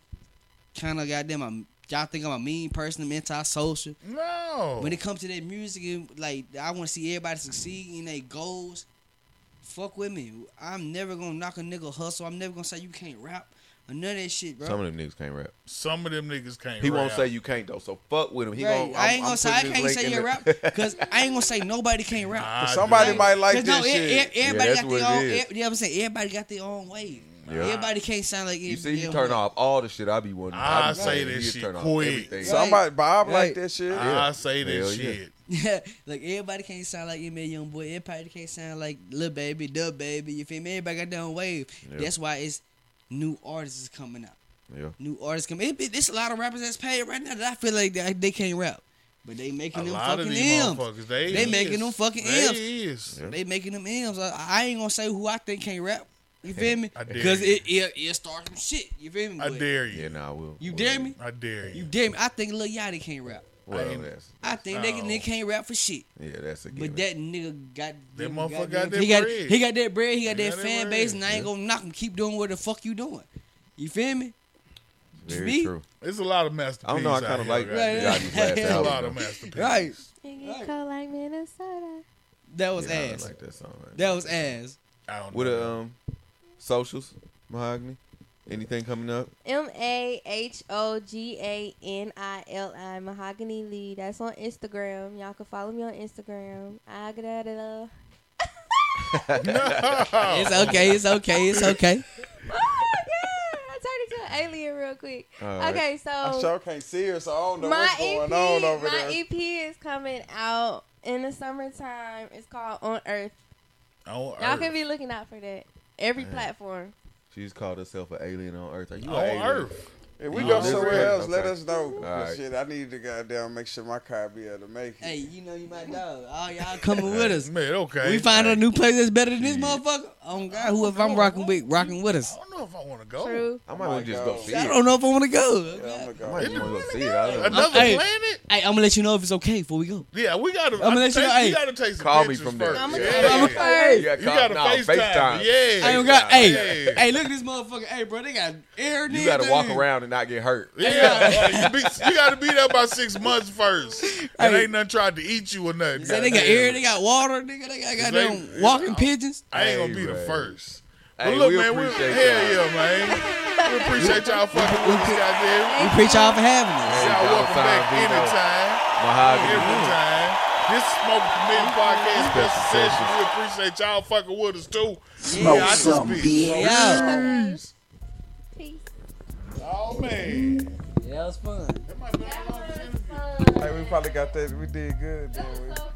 kind of goddamn. I'm, y'all think I'm a mean person, I'm antisocial. No. Oh. When it comes to that music, and like I want to see everybody succeed in their goals. Fuck with me. I'm never gonna knock a nigga hustle. I'm never gonna say you can't rap. Or none of that shit, bro. Some of them niggas can't rap. Some of them niggas can't. He won't rap. say you can't though. So fuck with him. He Right. gon' I I'm- ain't gonna I'm say I putting this can't link say in you the- rap because I ain't gonna say nobody can't rap. Nah, Somebody dude. might like Cause this no, e- shit. e- everybody that's got what their it own. is. e- you know what I'm saying? Everybody got their own way. Yeah. Everybody can't sound like You it- see, you yeah, turn what- off all the shit. I be wondering. I be say wondering. that He just shit turn off quick. everything. Right. Somebody Bob Right. like that shit. Ah, I say that Hell yeah. shit. Yeah, like everybody can't sound like Eminem Young Boy. Everybody can't sound like Lil Baby, Dub Baby. You feel me? Everybody got their own wave. Yeah. That's why it's new artists is coming out. Yeah. New artists coming. It, it, it's a lot of rappers that's paid right now that I feel like they, they can't rap, but they making A them lot of fucking these M's. motherfuckers, they, They is. making them fucking they M's. Is. Yeah. They making them M's. I, I ain't gonna say who I think can't rap. You feel me? I dare Because you. it, it it starts from shit. You feel me? I But dare you. Yeah, nah, I will. You will. dare me? I dare you. You dare me? I think Lil Yachty can't rap. Well, Ain't- that's I think they, No. they can't rap for shit. yeah, that's a given. But that nigga got That him- motherfucker goddamn- got that he got, bread. He got that bread. He got He that got that fan bread. base, and I ain't gonna knock him. Keep doing what the fuck you doing. You feel me? Very me? true. It's a lot of masterpieces. I don't know. I kind out of here, like right? Right, It's right. Yachty's last It's a album. lot of though. masterpieces. Right. It Right. get cold like Minnesota. That was Yeah, I ass. like that song. right that there. was ass. I don't What know. uh, um, socials, mahogany. Anything coming up? M A H O G A N I L I Mahogany Lee. That's on Instagram. Y'all can follow me on Instagram. I got it up. no. Oh. It's okay. It's okay. It's okay. Oh, alien real quick. All right. Okay, I so sure can't see her, so I don't know my what's going EP, on over my E there. EP is coming out in the summertime. It's called On Earth. On Y'all Earth. can be looking out for that. Every Damn. platform. She just called herself an alien on Earth. Are you on an alien? Earth. if we You go on this somewhere record? else, let Okay. us know. 'cause right. Shit, I need to goddamn make sure my car be able to make it. Hey, you know you my dog. All y'all coming with us. Man, okay. We find a new place that's better than this motherfucker. Oh God, whoever I'm rocking with, rocking with I us. don't know if I want to go. True. I Oh might my want to just go God. see I it. don't know if I want to go. Yeah, I'm I gonna might go. just want to go see it. I don't know. Another Hey. planet? Hey, I'm gonna let you know if it's okay before we go. Yeah, we gotta. I'ma I let you think know, we hey. gotta take some Call me pictures from there. first. I'ma Yeah. tell you first. Yeah, You call- gotta no, FaceTime. FaceTime. Yeah. I don't got. Hey, Yeah. hey, look at this motherfucker. Hey, bro, they got air. You got to walk around and not get hurt. Yeah, you, be, you gotta be there about six months first. And Hey. ain't nothing tried to eat you or nothing. Say they got goddamn. air, they got water, nigga. They got goddamn They- walking pigeons. I ain't gonna Hey, be the man. first. Hey, but look, we man, we, appreciate hell y'all. yeah, man. We appreciate y'all fucking with us, goddamn. We preach y'all for having us. Y'all Dollar welcome Sign back Vino. anytime. Every Mahogany. time. This is Smoke Commit Podcast Special Mm-hmm. Special Session. session. We appreciate y'all fucking with us, too. Smoke yeah, I just some be- Yeah, Peace. Oh, man. yeah, it was fun. That might be Hey, we probably got that. We did good. Didn't we? So